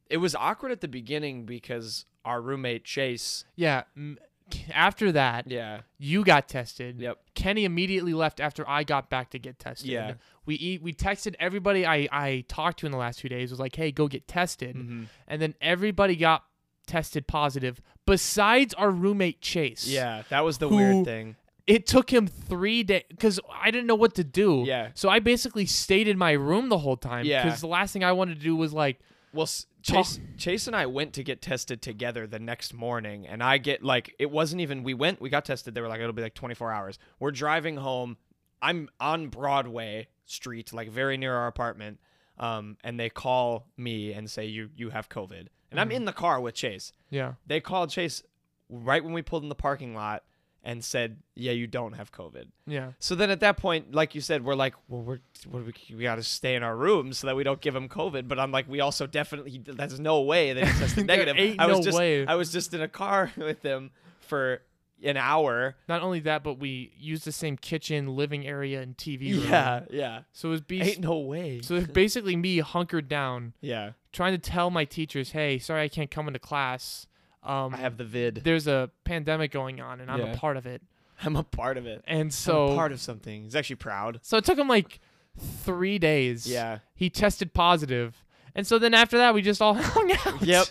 S3: it was awkward at the beginning because our roommate Chase,
S1: Yeah. m- k- After that,
S3: yeah,
S1: you got tested.
S3: Yep.
S1: Kenny immediately left after I got back to get tested.
S3: Yeah.
S1: We e- we texted everybody I, I talked to in the last few days was like, hey, go get tested.
S3: Mm-hmm.
S1: And then everybody got tested positive besides our roommate Chase.
S3: yeah, that was the
S1: Who-
S3: weird thing.
S1: It took him three days because I didn't know what to do.
S3: Yeah.
S1: So I basically stayed in my room the whole time.
S3: Yeah.
S1: Because the last thing I wanted to do was like,
S3: Well, s- Chase, Chase and I went to get tested together the next morning, and I get like it wasn't even we went we got tested. They were like it'll be like 24 hours. We're driving home. I'm on Broadway Street, like very near our apartment, um, and they call me and say you you have COVID, and I'm in the car with Chase.
S1: yeah.
S3: They called Chase right when we pulled in the parking lot and said, yeah, you don't have COVID.
S1: Yeah.
S3: So then at that point, like you said, we're like, well, we're what do we, we got to stay in our room so that we don't give him COVID. But I'm like, we also definitely there's no way that he tested
S1: There
S3: negative.
S1: ain't
S3: I was
S1: no
S3: just
S1: way.
S3: I was just in a car with him for an hour.
S1: Not only that, but we used the same kitchen, living area, and TV room.
S3: Yeah, yeah.
S1: So it was be-
S3: Ain't no way.
S1: so it's basically me hunkered down,
S3: Yeah,
S1: trying to tell my teachers, "Hey, sorry I can't come into class. Um,
S3: I have the vid.
S1: there's a pandemic going on, and I'm
S3: Yeah.
S1: a part of it."
S3: I'm a part of it.
S1: And
S3: So
S1: so,
S3: I'm part of something. He's actually proud.
S1: so it took him like three days.
S3: Yeah.
S1: he tested positive, and so then after that, we just all hung out.
S3: Yep.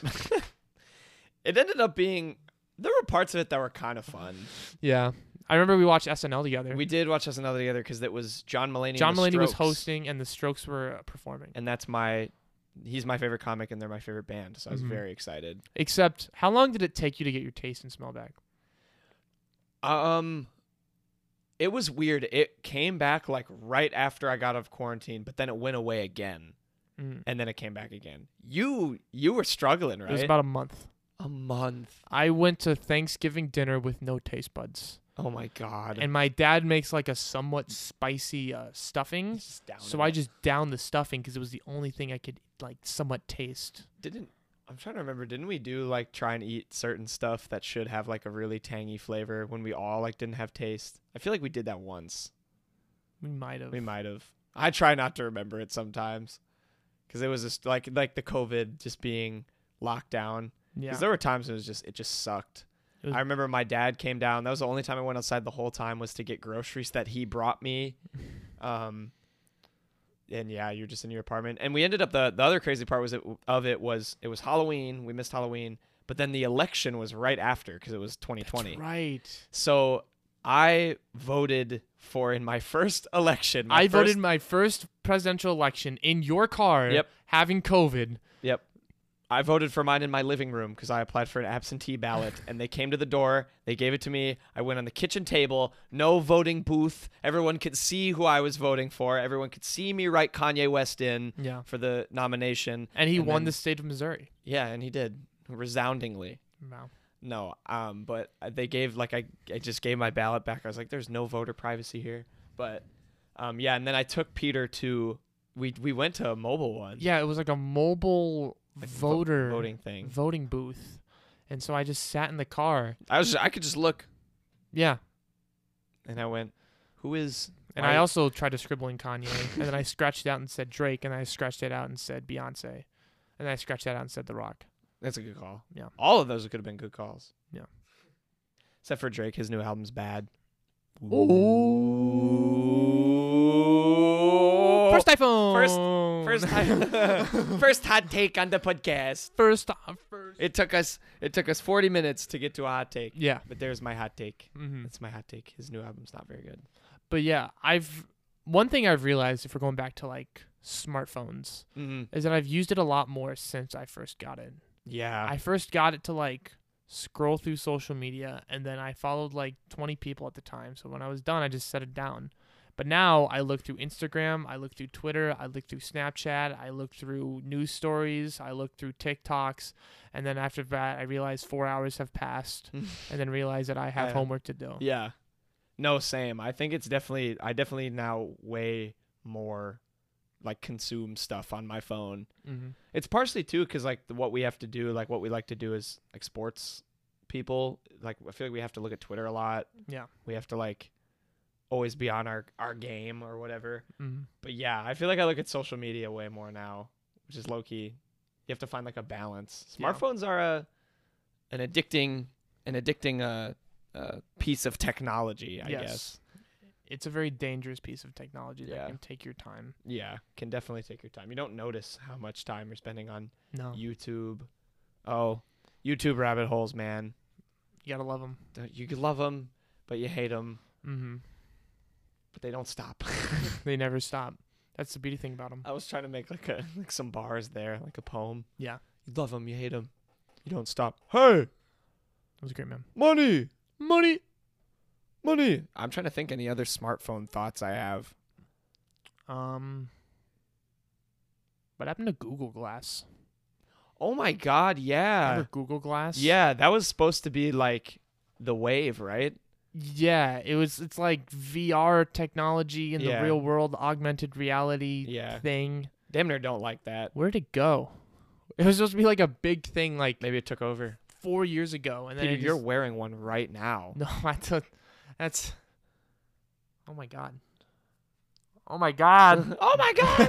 S3: it ended up being. There were parts of it that were kind of fun.
S1: Yeah, I remember we watched SNL together.
S3: We did watch us another together because it was John Mulaney. and
S1: John
S3: the
S1: Mulaney was
S3: Strokes.
S1: hosting, and the Strokes were uh, performing.
S3: and that's my he's my favorite comic and they're my favorite band so i was
S1: Mhm.
S3: very excited
S1: Except, how long did it take you to get your taste and smell back?
S3: um it was weird it came back like right after i got out of quarantine but then it went away again
S1: Mm.
S3: and then it came back again you you were struggling
S1: It was
S3: right
S1: about a month.
S3: a month
S1: I went to Thanksgiving dinner with no taste buds,
S3: oh my god
S1: and my dad makes like a somewhat spicy uh, stuffing.
S3: Just down
S1: So
S3: in
S1: I
S3: it.
S1: just downed the stuffing because it was the only thing I could like somewhat taste.
S3: didn't i'm trying to remember didn't we do like try and eat certain stuff that should have like a really tangy flavor when we all like didn't have taste i feel like we did that once
S1: We might have.
S3: We might have. I try not to remember it sometimes, because it was just like like the COVID just being locked down.
S1: Yeah.
S3: Because there were times it was just it just sucked.
S1: It was-
S3: I remember my dad came down. That was the only time I went outside the whole time was to get groceries that he brought me. Um, and yeah, you're just in your apartment. And we ended up the the other crazy part was it of it was it was Halloween. We missed Halloween, but then the election was right after because it was 2020.
S1: right.
S3: So I voted for in my first election. my
S1: I
S3: first-
S1: voted my first presidential election in your car.
S3: Yep.
S1: Having COVID.
S3: Yep. I voted for mine in my living room because I applied for an absentee ballot and they came to the door. They gave it to me. I went on the kitchen table, no voting booth. Everyone could see who I was voting for. Everyone could see me write Kanye West in
S1: Yeah.
S3: for the nomination.
S1: And he
S3: And
S1: won
S3: then-
S1: the state of Missouri.
S3: Yeah, and he did resoundingly.
S1: Wow.
S3: No, um, but they gave like I, I just gave my ballot back. I was like, there's no voter privacy here. But um, yeah, and then I took Peter to we we went to a mobile one
S1: Yeah, it was like a mobile
S3: Like vo-
S1: voter
S3: voting thing.
S1: voting booth. And so I just sat in the car.
S6: I was I could just look.
S1: Yeah.
S3: And I went, who is?
S1: And I also tried to scribble in Kanye. and then I scratched it out and said Drake. And I scratched it out and said Beyonce. And I scratched that out and said The Rock.
S3: That's a good call.
S1: Yeah.
S3: All of those could have been good calls.
S1: Yeah.
S3: Except for Drake, his new album's bad.
S1: First iPhone.
S3: Oh. First time, first hot take on the podcast.
S1: First. First.
S3: It took us it took us 40 minutes to get to a hot take,
S1: Yeah.
S3: but there's my hot take.
S1: Mm-hmm.
S3: That's my hot take. His new album's not very good.
S1: But yeah, I've one thing I've realized if we're going back to like smartphones
S3: Mm-hmm.
S1: is that I've used it a lot more since I first got it.
S3: Yeah.
S1: I first got it to like scroll through social media and then I followed like 20 people at the time. So when I was done, I just set it down. But now I look through Instagram, I look through Twitter, I look through Snapchat, I look through news stories, I look through TikToks, and then after that I realize 4 hours have passed and then realize that I have
S3: Yeah.
S1: homework to do.
S3: yeah. No, same. I think it's definitely I definitely now way more like consume stuff on my phone.
S1: hmm
S3: It's partially too cuz like what we have to do, like what we like to do is like sports people, like I feel like we have to look at Twitter a lot.
S1: Yeah.
S3: We have to like always be on our our game or whatever.
S1: hmm
S3: But yeah, I feel like I look at social media way more now, which is low key. You have to find like a balance.
S1: Yeah.
S3: Smartphones are a
S6: An addicting an addicting uh, uh
S3: piece of technology, I
S1: Yes.
S3: guess.
S1: It's a very dangerous piece of technology that
S3: Yeah.
S1: can take your time.
S3: Yeah, can definitely take your time. You don't notice how much time you're spending on
S1: No. You,
S3: YouTube. Oh, YouTube rabbit holes, man.
S1: got to love them.
S3: Don't- You could love them, but you hate them,
S1: hmm
S3: but they don't stop.
S1: They never stop. That's the beauty thing about them.
S3: I was trying to make like a like some bars there, like a poem.
S1: Yeah.
S3: You love them, you hate them. You don't stop. Hey,
S1: That was a great, man.
S3: money,
S1: Money.
S3: money. I'm trying to think any other smartphone thoughts I have.
S1: Um, what happened to Google Glass?
S3: Oh my god, yeah.
S1: Remember Google Glass?
S3: Yeah, that was supposed to be like the wave, right?
S1: Yeah, it was. It's like VR technology in
S3: Yeah.
S1: the real world, augmented reality
S3: Yeah.
S1: thing.
S3: Damn near don't like that.
S1: Where would it go? It was supposed to be like a big thing, like
S3: Maybe it took over.
S1: four years ago, and then
S3: Peter,
S1: it
S3: you're
S1: just-
S3: wearing one right now.
S1: no, that's a, that's. Oh my god. Oh my god.
S3: oh my god.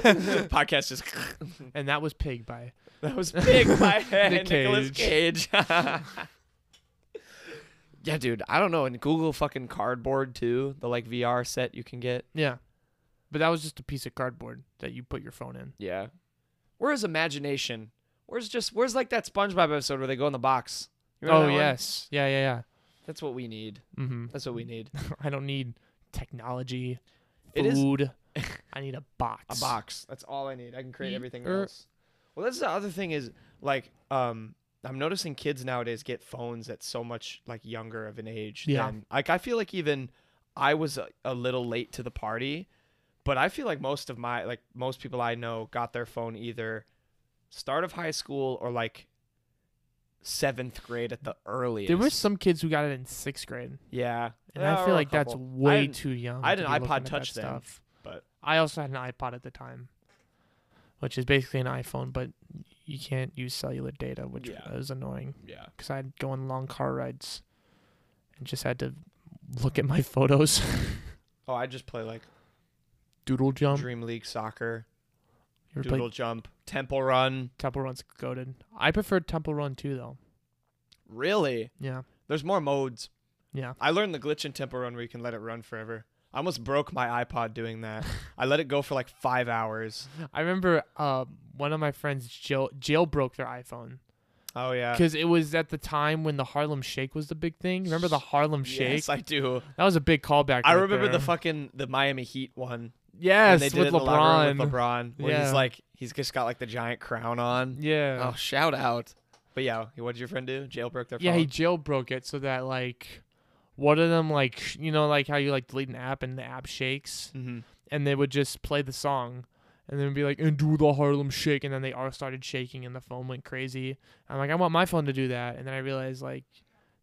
S3: Podcast just
S1: and that was Pig by
S3: That was big by Nicolas
S6: Cage.
S3: Cage.
S6: Yeah, dude. I don't know. And Google fucking cardboard too. The like VR set you can get.
S1: yeah, but that was just a piece of cardboard that you put your phone in.
S6: Yeah.
S3: where's imagination? Where's just where's like that SpongeBob episode where they go in the box? You remember
S1: Oh
S3: that one?
S1: yes, yeah, yeah,
S6: That's what we need.
S1: yeah. Mm-hmm.
S6: That's what we need.
S1: I don't need technology,
S6: It is-
S1: food. I need a box.
S3: a box. That's all I need. I can create everything
S1: er-
S3: else. Well, that's the other thing is like um I'm noticing kids nowadays get phones at so much like younger of an age.
S1: Yeah.
S3: Than, like I feel like even I was a, a little late to the party, but I feel like most of my like most people I know got their phone either start of high school or like seventh grade at the earliest.
S1: There were some kids who got it in sixth grade,
S3: yeah, Yeah,
S1: and I
S3: there were
S1: feel
S3: a
S1: like that's
S3: couple. I
S1: way
S3: didn't-
S1: too young.
S3: I
S1: to
S3: had
S1: be
S3: an
S1: looking
S3: iPod
S1: at that
S3: Touch then,
S1: stuff.
S3: but-
S1: I also had an iPod at the time, which is basically an iPhone, but you can't use cellular data, which
S3: Yeah.
S1: was annoying
S3: Yeah.
S1: because I'd go on long car rides and just had to look at my photos,
S3: Oh, I just play like
S1: doodle jump,
S3: Dream League soccer,
S1: Um, you ever play
S3: Doodle Jump, Temple Run.
S1: Temple Run's goaded. I preferred Temple Run too, though.
S3: Really?
S1: Yeah,
S3: There's more modes.
S1: yeah.
S3: I learned the glitch in Temple Run where you can let it run forever. I almost broke my iPod doing that. I let it go for like five hours.
S1: I remember uh, one of my friends jail jailbroke their iPhone
S3: Oh yeah.
S1: because it was at the time when the Harlem Shake was the big thing. Remember the Harlem Shake?
S3: Yes, I do.
S1: that was a big callback.
S3: I
S1: right
S3: remember the
S1: there.
S3: fucking the Miami Heat one. when
S1: yes
S3: they did
S1: with
S3: it in the locker room
S1: LeBron.
S3: with LeBron, where
S1: Yeah.
S3: he's like he's just got like the giant crown on.
S1: Yeah,
S6: Oh, shout out.
S3: But yeah, what did your friend do? Jailbroke their
S1: yeah.
S3: phone.
S1: He jailbroke it so that like one of them like sh- you know like how you like delete an app and the app shakes
S3: Mhm.
S1: and they would just play the song. And then be like, and do the Harlem Shake, and then they all started shaking, and the phone went crazy. I'm like, I want my phone to do that, and then I realized like,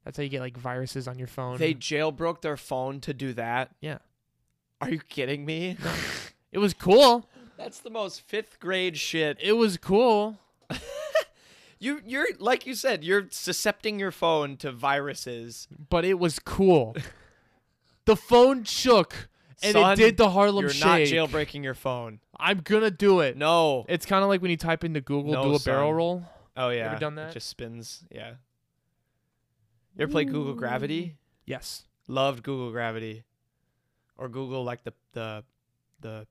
S1: that's how you get like viruses on your phone.
S3: They jailbroke their phone to do that.
S1: Yeah.
S3: Are you kidding me?
S1: It was cool.
S3: That's the most fifth grade shit.
S1: It was cool.
S3: You you're like you said, you're suscepting your phone to viruses.
S1: but it was cool. the phone shook and
S3: Son,
S1: it did the Harlem
S3: you're
S1: Shake.
S3: not jailbreaking your phone.
S1: I'm gonna do it.
S3: No.
S1: It's kind of like when you type into Google,
S3: No,
S1: do a barrel
S3: son.
S1: roll.
S3: Oh yeah.
S1: ever done
S3: It
S1: that?
S3: just spins. Yeah. You ever play Google Gravity?
S1: Yes.
S3: Loved Google Gravity. Or Google like the the the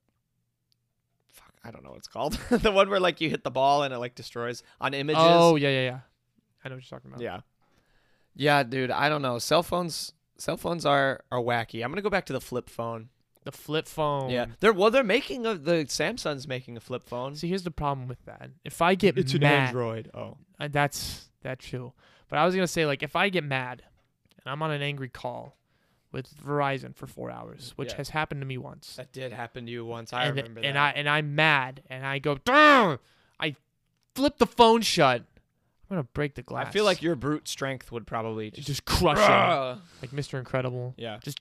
S3: fuck, I don't know what it's called. the one where like you hit the ball and it like destroys on images.
S1: Oh yeah, yeah, yeah. I know what you're talking about.
S3: Yeah. Yeah, dude, I don't know. Cell phones cell phones are are wacky. I'm going to go back to the flip phone.
S1: The flip phone.
S3: Yeah. They're well they're making a, the Samsung's making a flip phone.
S1: See, here's the problem with that. If I get mad,
S3: Android. Oh.
S1: uh, that's that's true. But I was gonna say like if I get mad, and I'm on an angry call with Verizon for four hours, which
S3: Yeah.
S1: has happened to me once.
S3: That did happen to you once. I
S1: and,
S3: remember
S1: and
S3: that.
S1: I and I'm mad and I go, "Darn!" I flip the phone shut. I'm gonna break the glass.
S3: I feel like your brute strength would probably
S1: It's
S3: just,
S1: just crushing, like Mr. Incredible.
S3: Yeah.
S1: Just,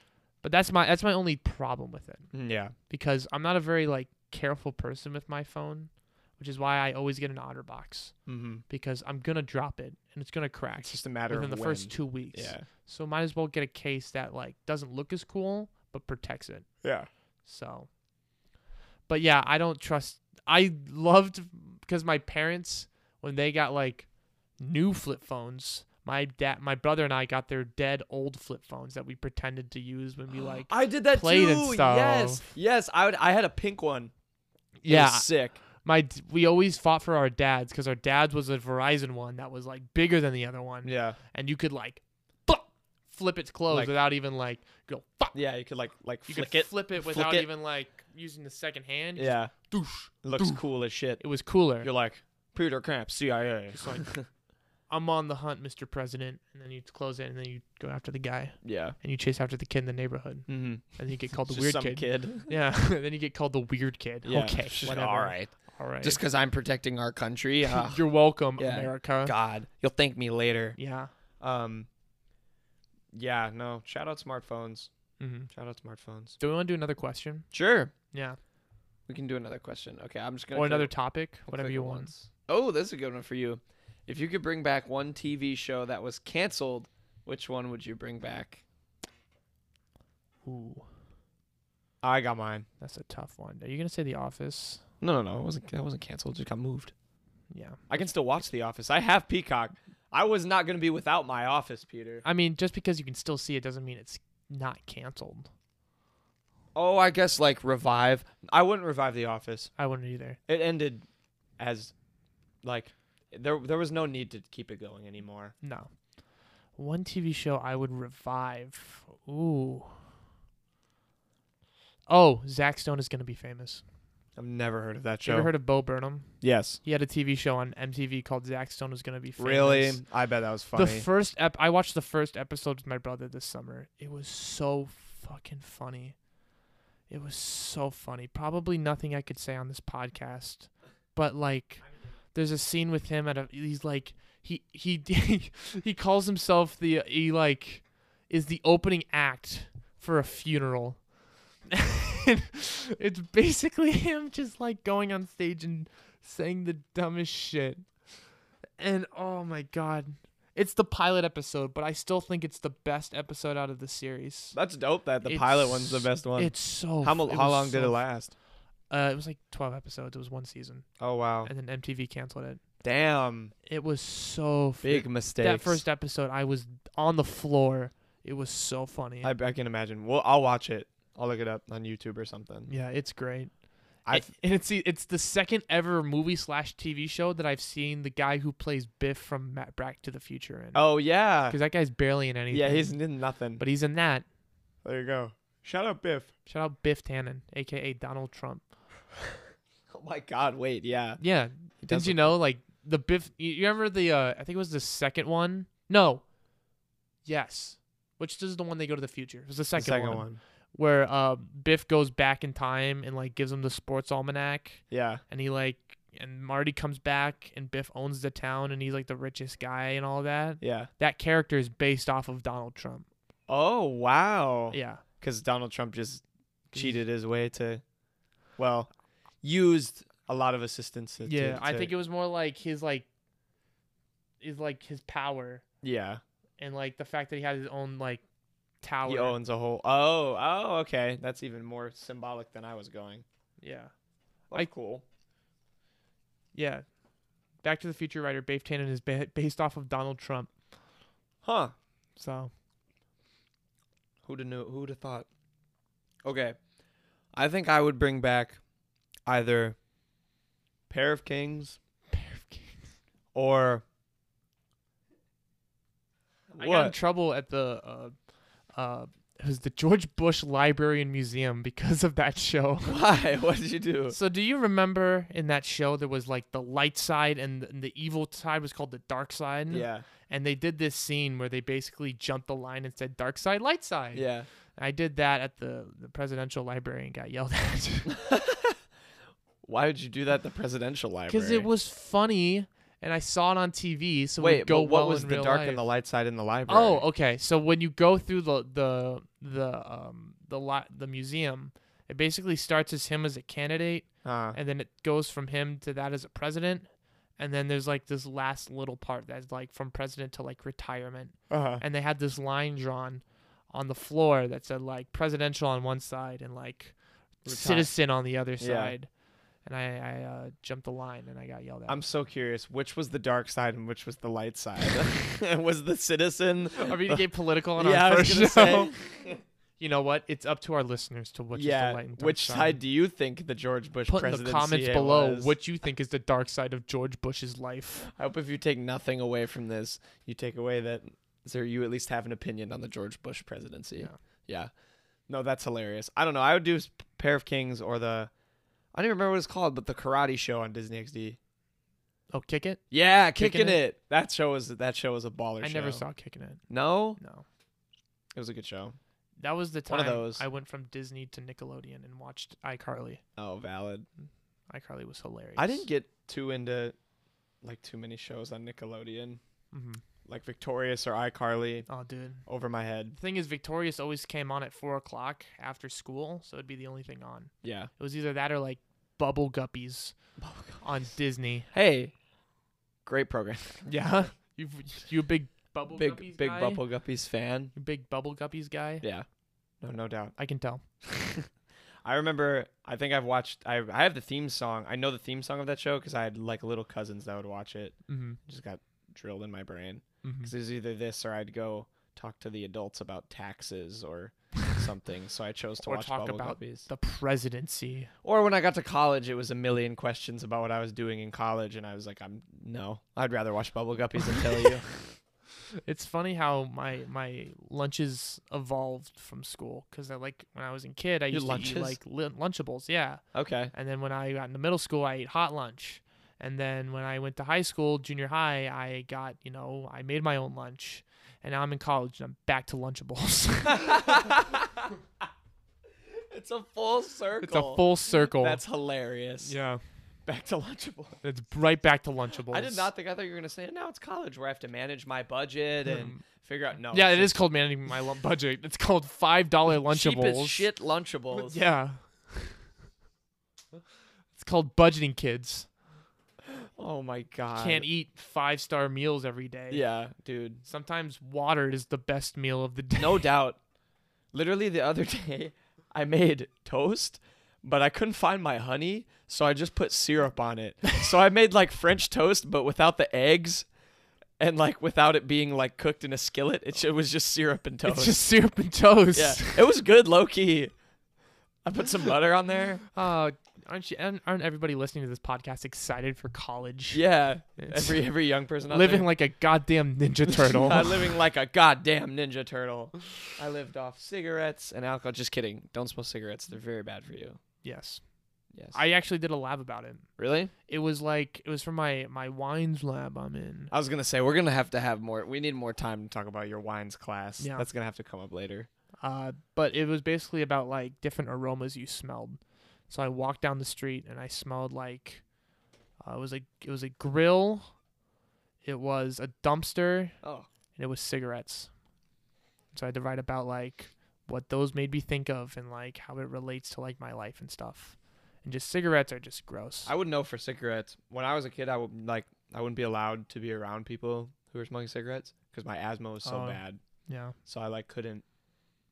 S1: but that's my that's my only problem with it
S3: Mm, Yeah.
S1: because I'm not a very like careful person with my phone, which is why I always get an OtterBox
S3: Mm-hmm.
S1: because I'm gonna drop it and it's gonna crack
S3: It's just a matter
S1: within
S3: of
S1: the
S3: when.
S1: first two weeks.
S3: Yeah.
S1: So might as well get a case that like doesn't look as cool but protects it.
S3: Yeah.
S1: So, but yeah, I don't trust. I loved because my parents when they got like new flip phones. My dad, my brother, and I got their dead old flip phones that we pretended to use when we like.
S3: I did that
S1: played and
S3: too. Yes. Yes. I would. I had a pink one. It
S1: yeah,
S3: Was sick.
S1: my d- we always fought for our dads because our dads was a Verizon one that was like bigger than the other one,
S3: Yeah.
S1: and you could like, fuck, flip its clothes
S3: Like-
S1: without even like go fuck.
S3: Yeah. You could like like
S1: You
S3: flick
S1: could
S3: it.
S1: flip it
S3: flick
S1: without
S3: it.
S1: even like using the second hand. You
S3: Yeah.
S1: just Doosh.
S3: It looks cool as shit.
S1: It was cooler.
S3: You're like Peter Cramp, CIA.
S1: It's like, I'm on the hunt, Mr. President. And then you close it, and then you go after the guy,
S3: yeah.
S1: and you chase after the kid in the neighborhood,
S3: Mm-hmm.
S1: and you get called the
S3: Just
S1: weird
S3: some
S1: kid.
S3: kid.
S1: Yeah, then you get called the weird kid.
S3: Yeah.
S1: Okay,
S3: Just,
S1: whatever.
S3: All right.
S1: all right.
S3: Just because I'm protecting our country. ah,
S1: you're welcome,
S3: Yeah.
S1: America.
S3: God, you'll thank me later.
S1: Yeah.
S3: Um. Yeah. No. Shout out smartphones.
S1: hmm
S3: Shout out smartphones.
S1: Do we want to do another question?
S3: Sure.
S1: Yeah,
S3: We can do another question. Okay, I'm just gonna.
S1: or
S3: click-
S1: another topic,
S3: I'll
S1: whatever
S3: click
S1: you
S3: it
S1: want.
S3: once. Oh, that's a good one for you. If you could bring back one TV show that was canceled, which one would you bring back?
S1: Ooh,
S3: I got mine.
S1: that's a tough one. Are you gonna say The Office?
S3: No, no, no. It wasn't. That wasn't canceled. It just got moved.
S1: Yeah.
S3: I can still watch The Office. I have Peacock. I was not gonna be without my Office, Peter.
S1: I mean, just because you can still see it doesn't mean it's not canceled.
S3: Oh, I guess like revive. I wouldn't revive The Office.
S1: I wouldn't either.
S3: It ended as like there there was no need to keep it going anymore.
S1: No. One TV show I would revive. Ooh. Oh, Zack Stone is gonna be famous.
S3: I've never heard of that
S1: You ever heard of Bo Burnham?
S3: yes.
S1: He had a TV show on MTV called Zack Stone is gonna be famous.
S3: Really? I bet that was funny.
S1: The first ep- I watched the first episode with my brother this summer. It was so fucking funny. It was so funny. Probably nothing I could say on this podcast, but like, there's a scene with him at a. He's like he he he calls himself the he like is the opening act for a funeral. And it's basically him just like going on stage and saying the dumbest shit. And oh my god. It's the pilot episode, but I still think it's the best episode out of the series.
S3: That's dope that the pilot
S1: It's-
S3: one's the best one.
S1: It's so
S3: how
S1: f-
S3: mo-
S1: it
S3: how
S1: was
S3: long did
S1: so
S3: it
S1: f-
S3: last?
S1: Uh, it was like 12 episodes. It was one season.
S3: Oh wow.
S1: And then MTV canceled it.
S3: Damn.
S1: It was so f-
S3: Big mistake.
S1: That first episode, I was on the floor. It was so funny.
S3: I, I can imagine. Well, I'll watch it. I'll look it up on YouTube or something.
S1: yeah, it's great.
S3: I
S1: A- and it's the, it's the second ever movie slash TV show that I've seen the guy who plays Biff from Matt Brack to the Future in.
S3: Oh yeah.
S1: because that guy's barely in anything.
S3: Yeah, he's in nothing.
S1: but he's in that.
S3: there you go. Shout out Biff.
S1: Shout out Biff Tannen, aka Donald Trump.
S3: Oh my god, wait, yeah.
S1: Yeah,
S3: He does
S1: didn't you
S3: look-
S1: know like the Biff? You you remember the? Uh, I think it was the second one. No. Yes. Which is the one they go to the future? It was the
S3: the
S1: second, one, where uh, Biff goes back in time and like gives him the sports almanac.
S3: Yeah.
S1: and he like and Marty comes back and Biff owns the town and he's like the richest guy and all that.
S3: Yeah.
S1: That character is based off of Donald Trump.
S3: Oh wow.
S1: Yeah.
S3: Cuz Donald Trump just cheated his way to well, used a lot of assistance. to- to-
S1: yeah, I
S3: to-
S1: think it was more like his like is like his power
S3: yeah.
S1: and like the fact that he had his own like tower.
S3: He owns a whole. Oh, oh, okay. That's even more symbolic than I was going.
S1: Yeah.
S3: Like cool.
S1: Yeah. Back to the Future writer Babe Tannen is ba- based off of Donald Trump.
S3: Huh.
S1: So,
S7: Who'd have knew? Who'd have thought? Okay, I think I would bring back either
S3: Pair of kings
S7: or
S1: I got in trouble at the uh uh it was the George Bush Library and Museum because of that show.
S3: Why? What did you do?
S1: So do you remember in that show there was like the light side and th- the evil side was called the dark side?
S3: Yeah.
S1: And they did this scene where they basically jumped the line and said dark side, light side.
S3: Yeah.
S1: I did that at the, the presidential library and got yelled at.
S3: Why would you do that? at The presidential library.
S1: Because it was funny and I saw it on TV, so it would
S3: Wait,
S1: go
S3: but what
S1: well
S3: was
S1: in
S3: the
S1: real
S3: dark
S1: life.
S3: and the light side in the library?
S1: Oh, okay. So when you go through the the the um the lot the museum, it basically starts as him as a candidate,
S3: Huh.
S1: and then it goes from him to that as a president, and then there's like this last little part that's like from president to like retirement,
S3: Uh-huh.
S1: and they had this line drawn on the floor that said like presidential on one side and like
S3: Retire-
S1: citizen on the other
S3: Yeah.
S1: side, and I I uh, jumped the line and I got yelled at.
S3: I'm so curious. Which was the dark side and which was the light side? was the citizen?
S1: Are we gonna get political on
S3: yeah,
S1: our
S3: I was
S1: first
S3: gonna
S1: show?
S3: say.
S1: You know what? It's up to our listeners to which is
S3: yeah.
S1: the light and dark
S3: Which
S1: side.
S3: side do you think the George Bush
S1: Put in
S3: presidency
S1: the comments below
S3: was?
S1: what you think is the dark side of George Bush's life.
S3: I hope if you take nothing away from this, you take away that sir, you at least have an opinion on the George Bush presidency.
S1: Yeah.
S3: Yeah. No, that's hilarious. I don't know. I would do s- Pair of Kings or the I don't even remember what it's called, but the karate show on Disney XD.
S1: Oh, kick it!
S3: Yeah, kicking,
S1: Kickin'
S3: it.
S1: It?
S3: That show was that show was a baller
S1: I
S3: show.
S1: never saw kicking it.
S3: No?
S1: No,
S3: It was a good show.
S1: that was the time
S3: One of those.
S1: I went from Disney to Nickelodeon and watched iCarly.
S3: Oh, valid.
S1: iCarly was hilarious.
S3: I didn't get too into like too many shows on Nickelodeon.
S1: hmm
S3: Like Victorious or iCarly
S1: Oh, dude.
S3: over my head.
S1: The thing is, Victorious always came on at four o'clock after school, so it'd be the only thing on.
S3: Yeah.
S1: It was either that or like Bubble Guppies on Disney.
S3: Hey. Great program.
S1: Yeah, you you a big Bubble
S3: big
S1: Guppies
S3: big
S1: guy?
S3: Bubble Guppies fan.
S1: You big Bubble Guppies guy.
S3: Yeah. No, no doubt.
S1: I can tell.
S3: I remember. I think I've watched. I I have the theme song. I know the theme song of that show because I had like little cousins that would watch it.
S1: Mm-hmm.
S3: It just got drilled in my brain
S1: Mm-hmm.
S3: because it was either this or I'd go talk to the adults about taxes or something. So I chose to
S1: Or
S3: watch
S1: talk
S3: Bubble
S1: about
S3: Guppies.
S1: The presidency.
S3: Or when I got to college, it was a million questions about what I was doing in college, and I was like, I'm no. I'd rather watch Bubble Guppies than tell you.
S1: It's funny how my my lunches evolved from school because I like when I was in kid I
S3: Your
S1: used to
S3: lunches?
S1: eat like lun lunchables, yeah.
S3: Okay.
S1: And then when I got into middle school, I ate hot lunch. And then when I went to high school, junior high, I got you know I made my own lunch. And now I'm in college and I'm back to lunchables.
S3: It's a full circle.
S1: it's a full circle.
S3: That's hilarious.
S1: yeah.
S3: Back to Lunchable.
S1: It's right back to lunchables.
S3: I did not think. I thought you were gonna say now it's college where I have to manage my budget and figure out. No.
S1: Hmm. Yeah,
S3: it's
S1: it is called managing my lun- budget. It's called five dollar
S3: just cheap
S1: lunchables.
S3: as shit Lunchables.
S1: Yeah. it's called budgeting kids.
S3: Oh my god.
S1: Can't eat five star meals every day.
S3: Yeah, dude.
S1: Sometimes water is the best meal of the day.
S3: No doubt. Literally the other day, I made toast, but I couldn't find my honey, so I just put syrup on it. so I made like French toast, but without the eggs. And like without it being like cooked in a skillet, it, ju- it was just syrup and toast.
S1: It's just syrup and toast.
S3: yeah, it was good, low key. I put some butter on there.
S1: Uh, aren't you? Aren't aren't everybody listening to this podcast excited for college?
S3: Yeah,
S1: It's-
S3: every every young person out there.
S1: Living like a goddamn ninja turtle.
S3: I'm living like a goddamn ninja turtle. I lived off cigarettes and alcohol. Just kidding. Don't smoke cigarettes. They're very bad for you.
S1: yes.
S3: Yes.
S1: I actually did a lab about it.
S3: really?
S1: It was like it was from my my wines lab I'm in.
S3: I was gonna say we're gonna have to have more. We need more time to talk about your wines class.
S1: Yeah.
S3: That's gonna have to come up later.
S1: Uh, but it was basically about like different aromas you smelled. So I walked down the street and I smelled like uh, it was a it was a grill, it was a dumpster, and
S3: Oh.
S1: it was cigarettes. So I had to write about like what those made me think of and like how it relates to like my life and stuff. and just cigarettes are just gross.
S3: I would know for cigarettes. When I was a kid, I would like I wouldn't be allowed to be around people who were smoking cigarettes because my asthma was so
S1: Oh.
S3: bad.
S1: yeah,
S3: So I like couldn't.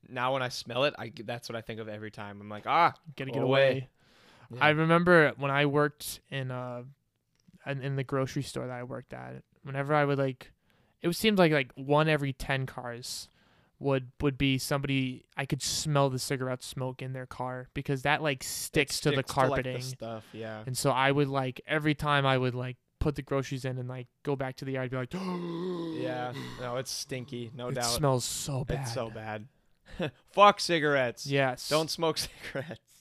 S3: Now when I smell it, I that's what I think of every time. I'm like, ah,
S1: gotta
S3: Go
S1: get
S3: away.
S1: away. I remember when I worked in uh in, in the grocery store that I worked at. Whenever I would like, it seemed like like one every ten cars would would be somebody I could smell the cigarette smoke in their car because that like sticks, to the
S3: sticks like,
S1: carpeting.
S3: stuff. Yeah.
S1: And so I would like every time I would like put the groceries in and like go back to the yard, I'd be like,
S3: Yeah. No, it's stinky. No
S1: it
S3: doubt.
S1: smells so bad.
S3: It's so bad. Fuck cigarettes.
S1: Yes.
S3: Don't smoke cigarettes.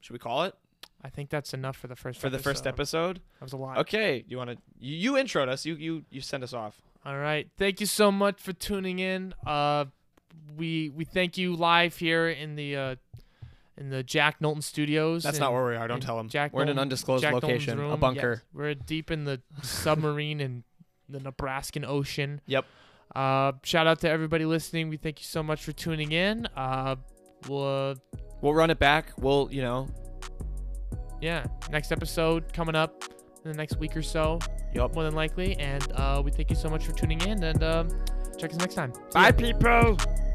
S3: Should we call it
S1: I think that's enough for the first
S3: for the first episode?
S1: That was a lot.
S3: Okay. You want to? You, you introed us. You you you send us off.
S1: All right. Thank you so much for tuning in. Uh, we we thank you live here in the uh, in the Jack Knowlton Studios.
S3: That's not
S1: in-
S3: where we are. Don't
S1: in
S3: tell them.
S1: Jack
S3: We're in an
S1: Knowlton-
S3: undisclosed
S1: Jack Knowlton's
S3: location, a
S1: room.
S3: bunker.
S1: Yes, we're deep in the submarine in the Nebraskan Ocean.
S3: Yep.
S1: Uh, shout out to everybody listening. We thank you so much for tuning in. Uh, we'll, uh,
S3: We'll run it back. We'll you know.
S1: yeah, next episode coming up in the next week or so,
S3: Yup.
S1: more than likely. And uh, we thank you so much for tuning in. And um, check us next time. See
S3: Bye,
S1: ya.
S3: people.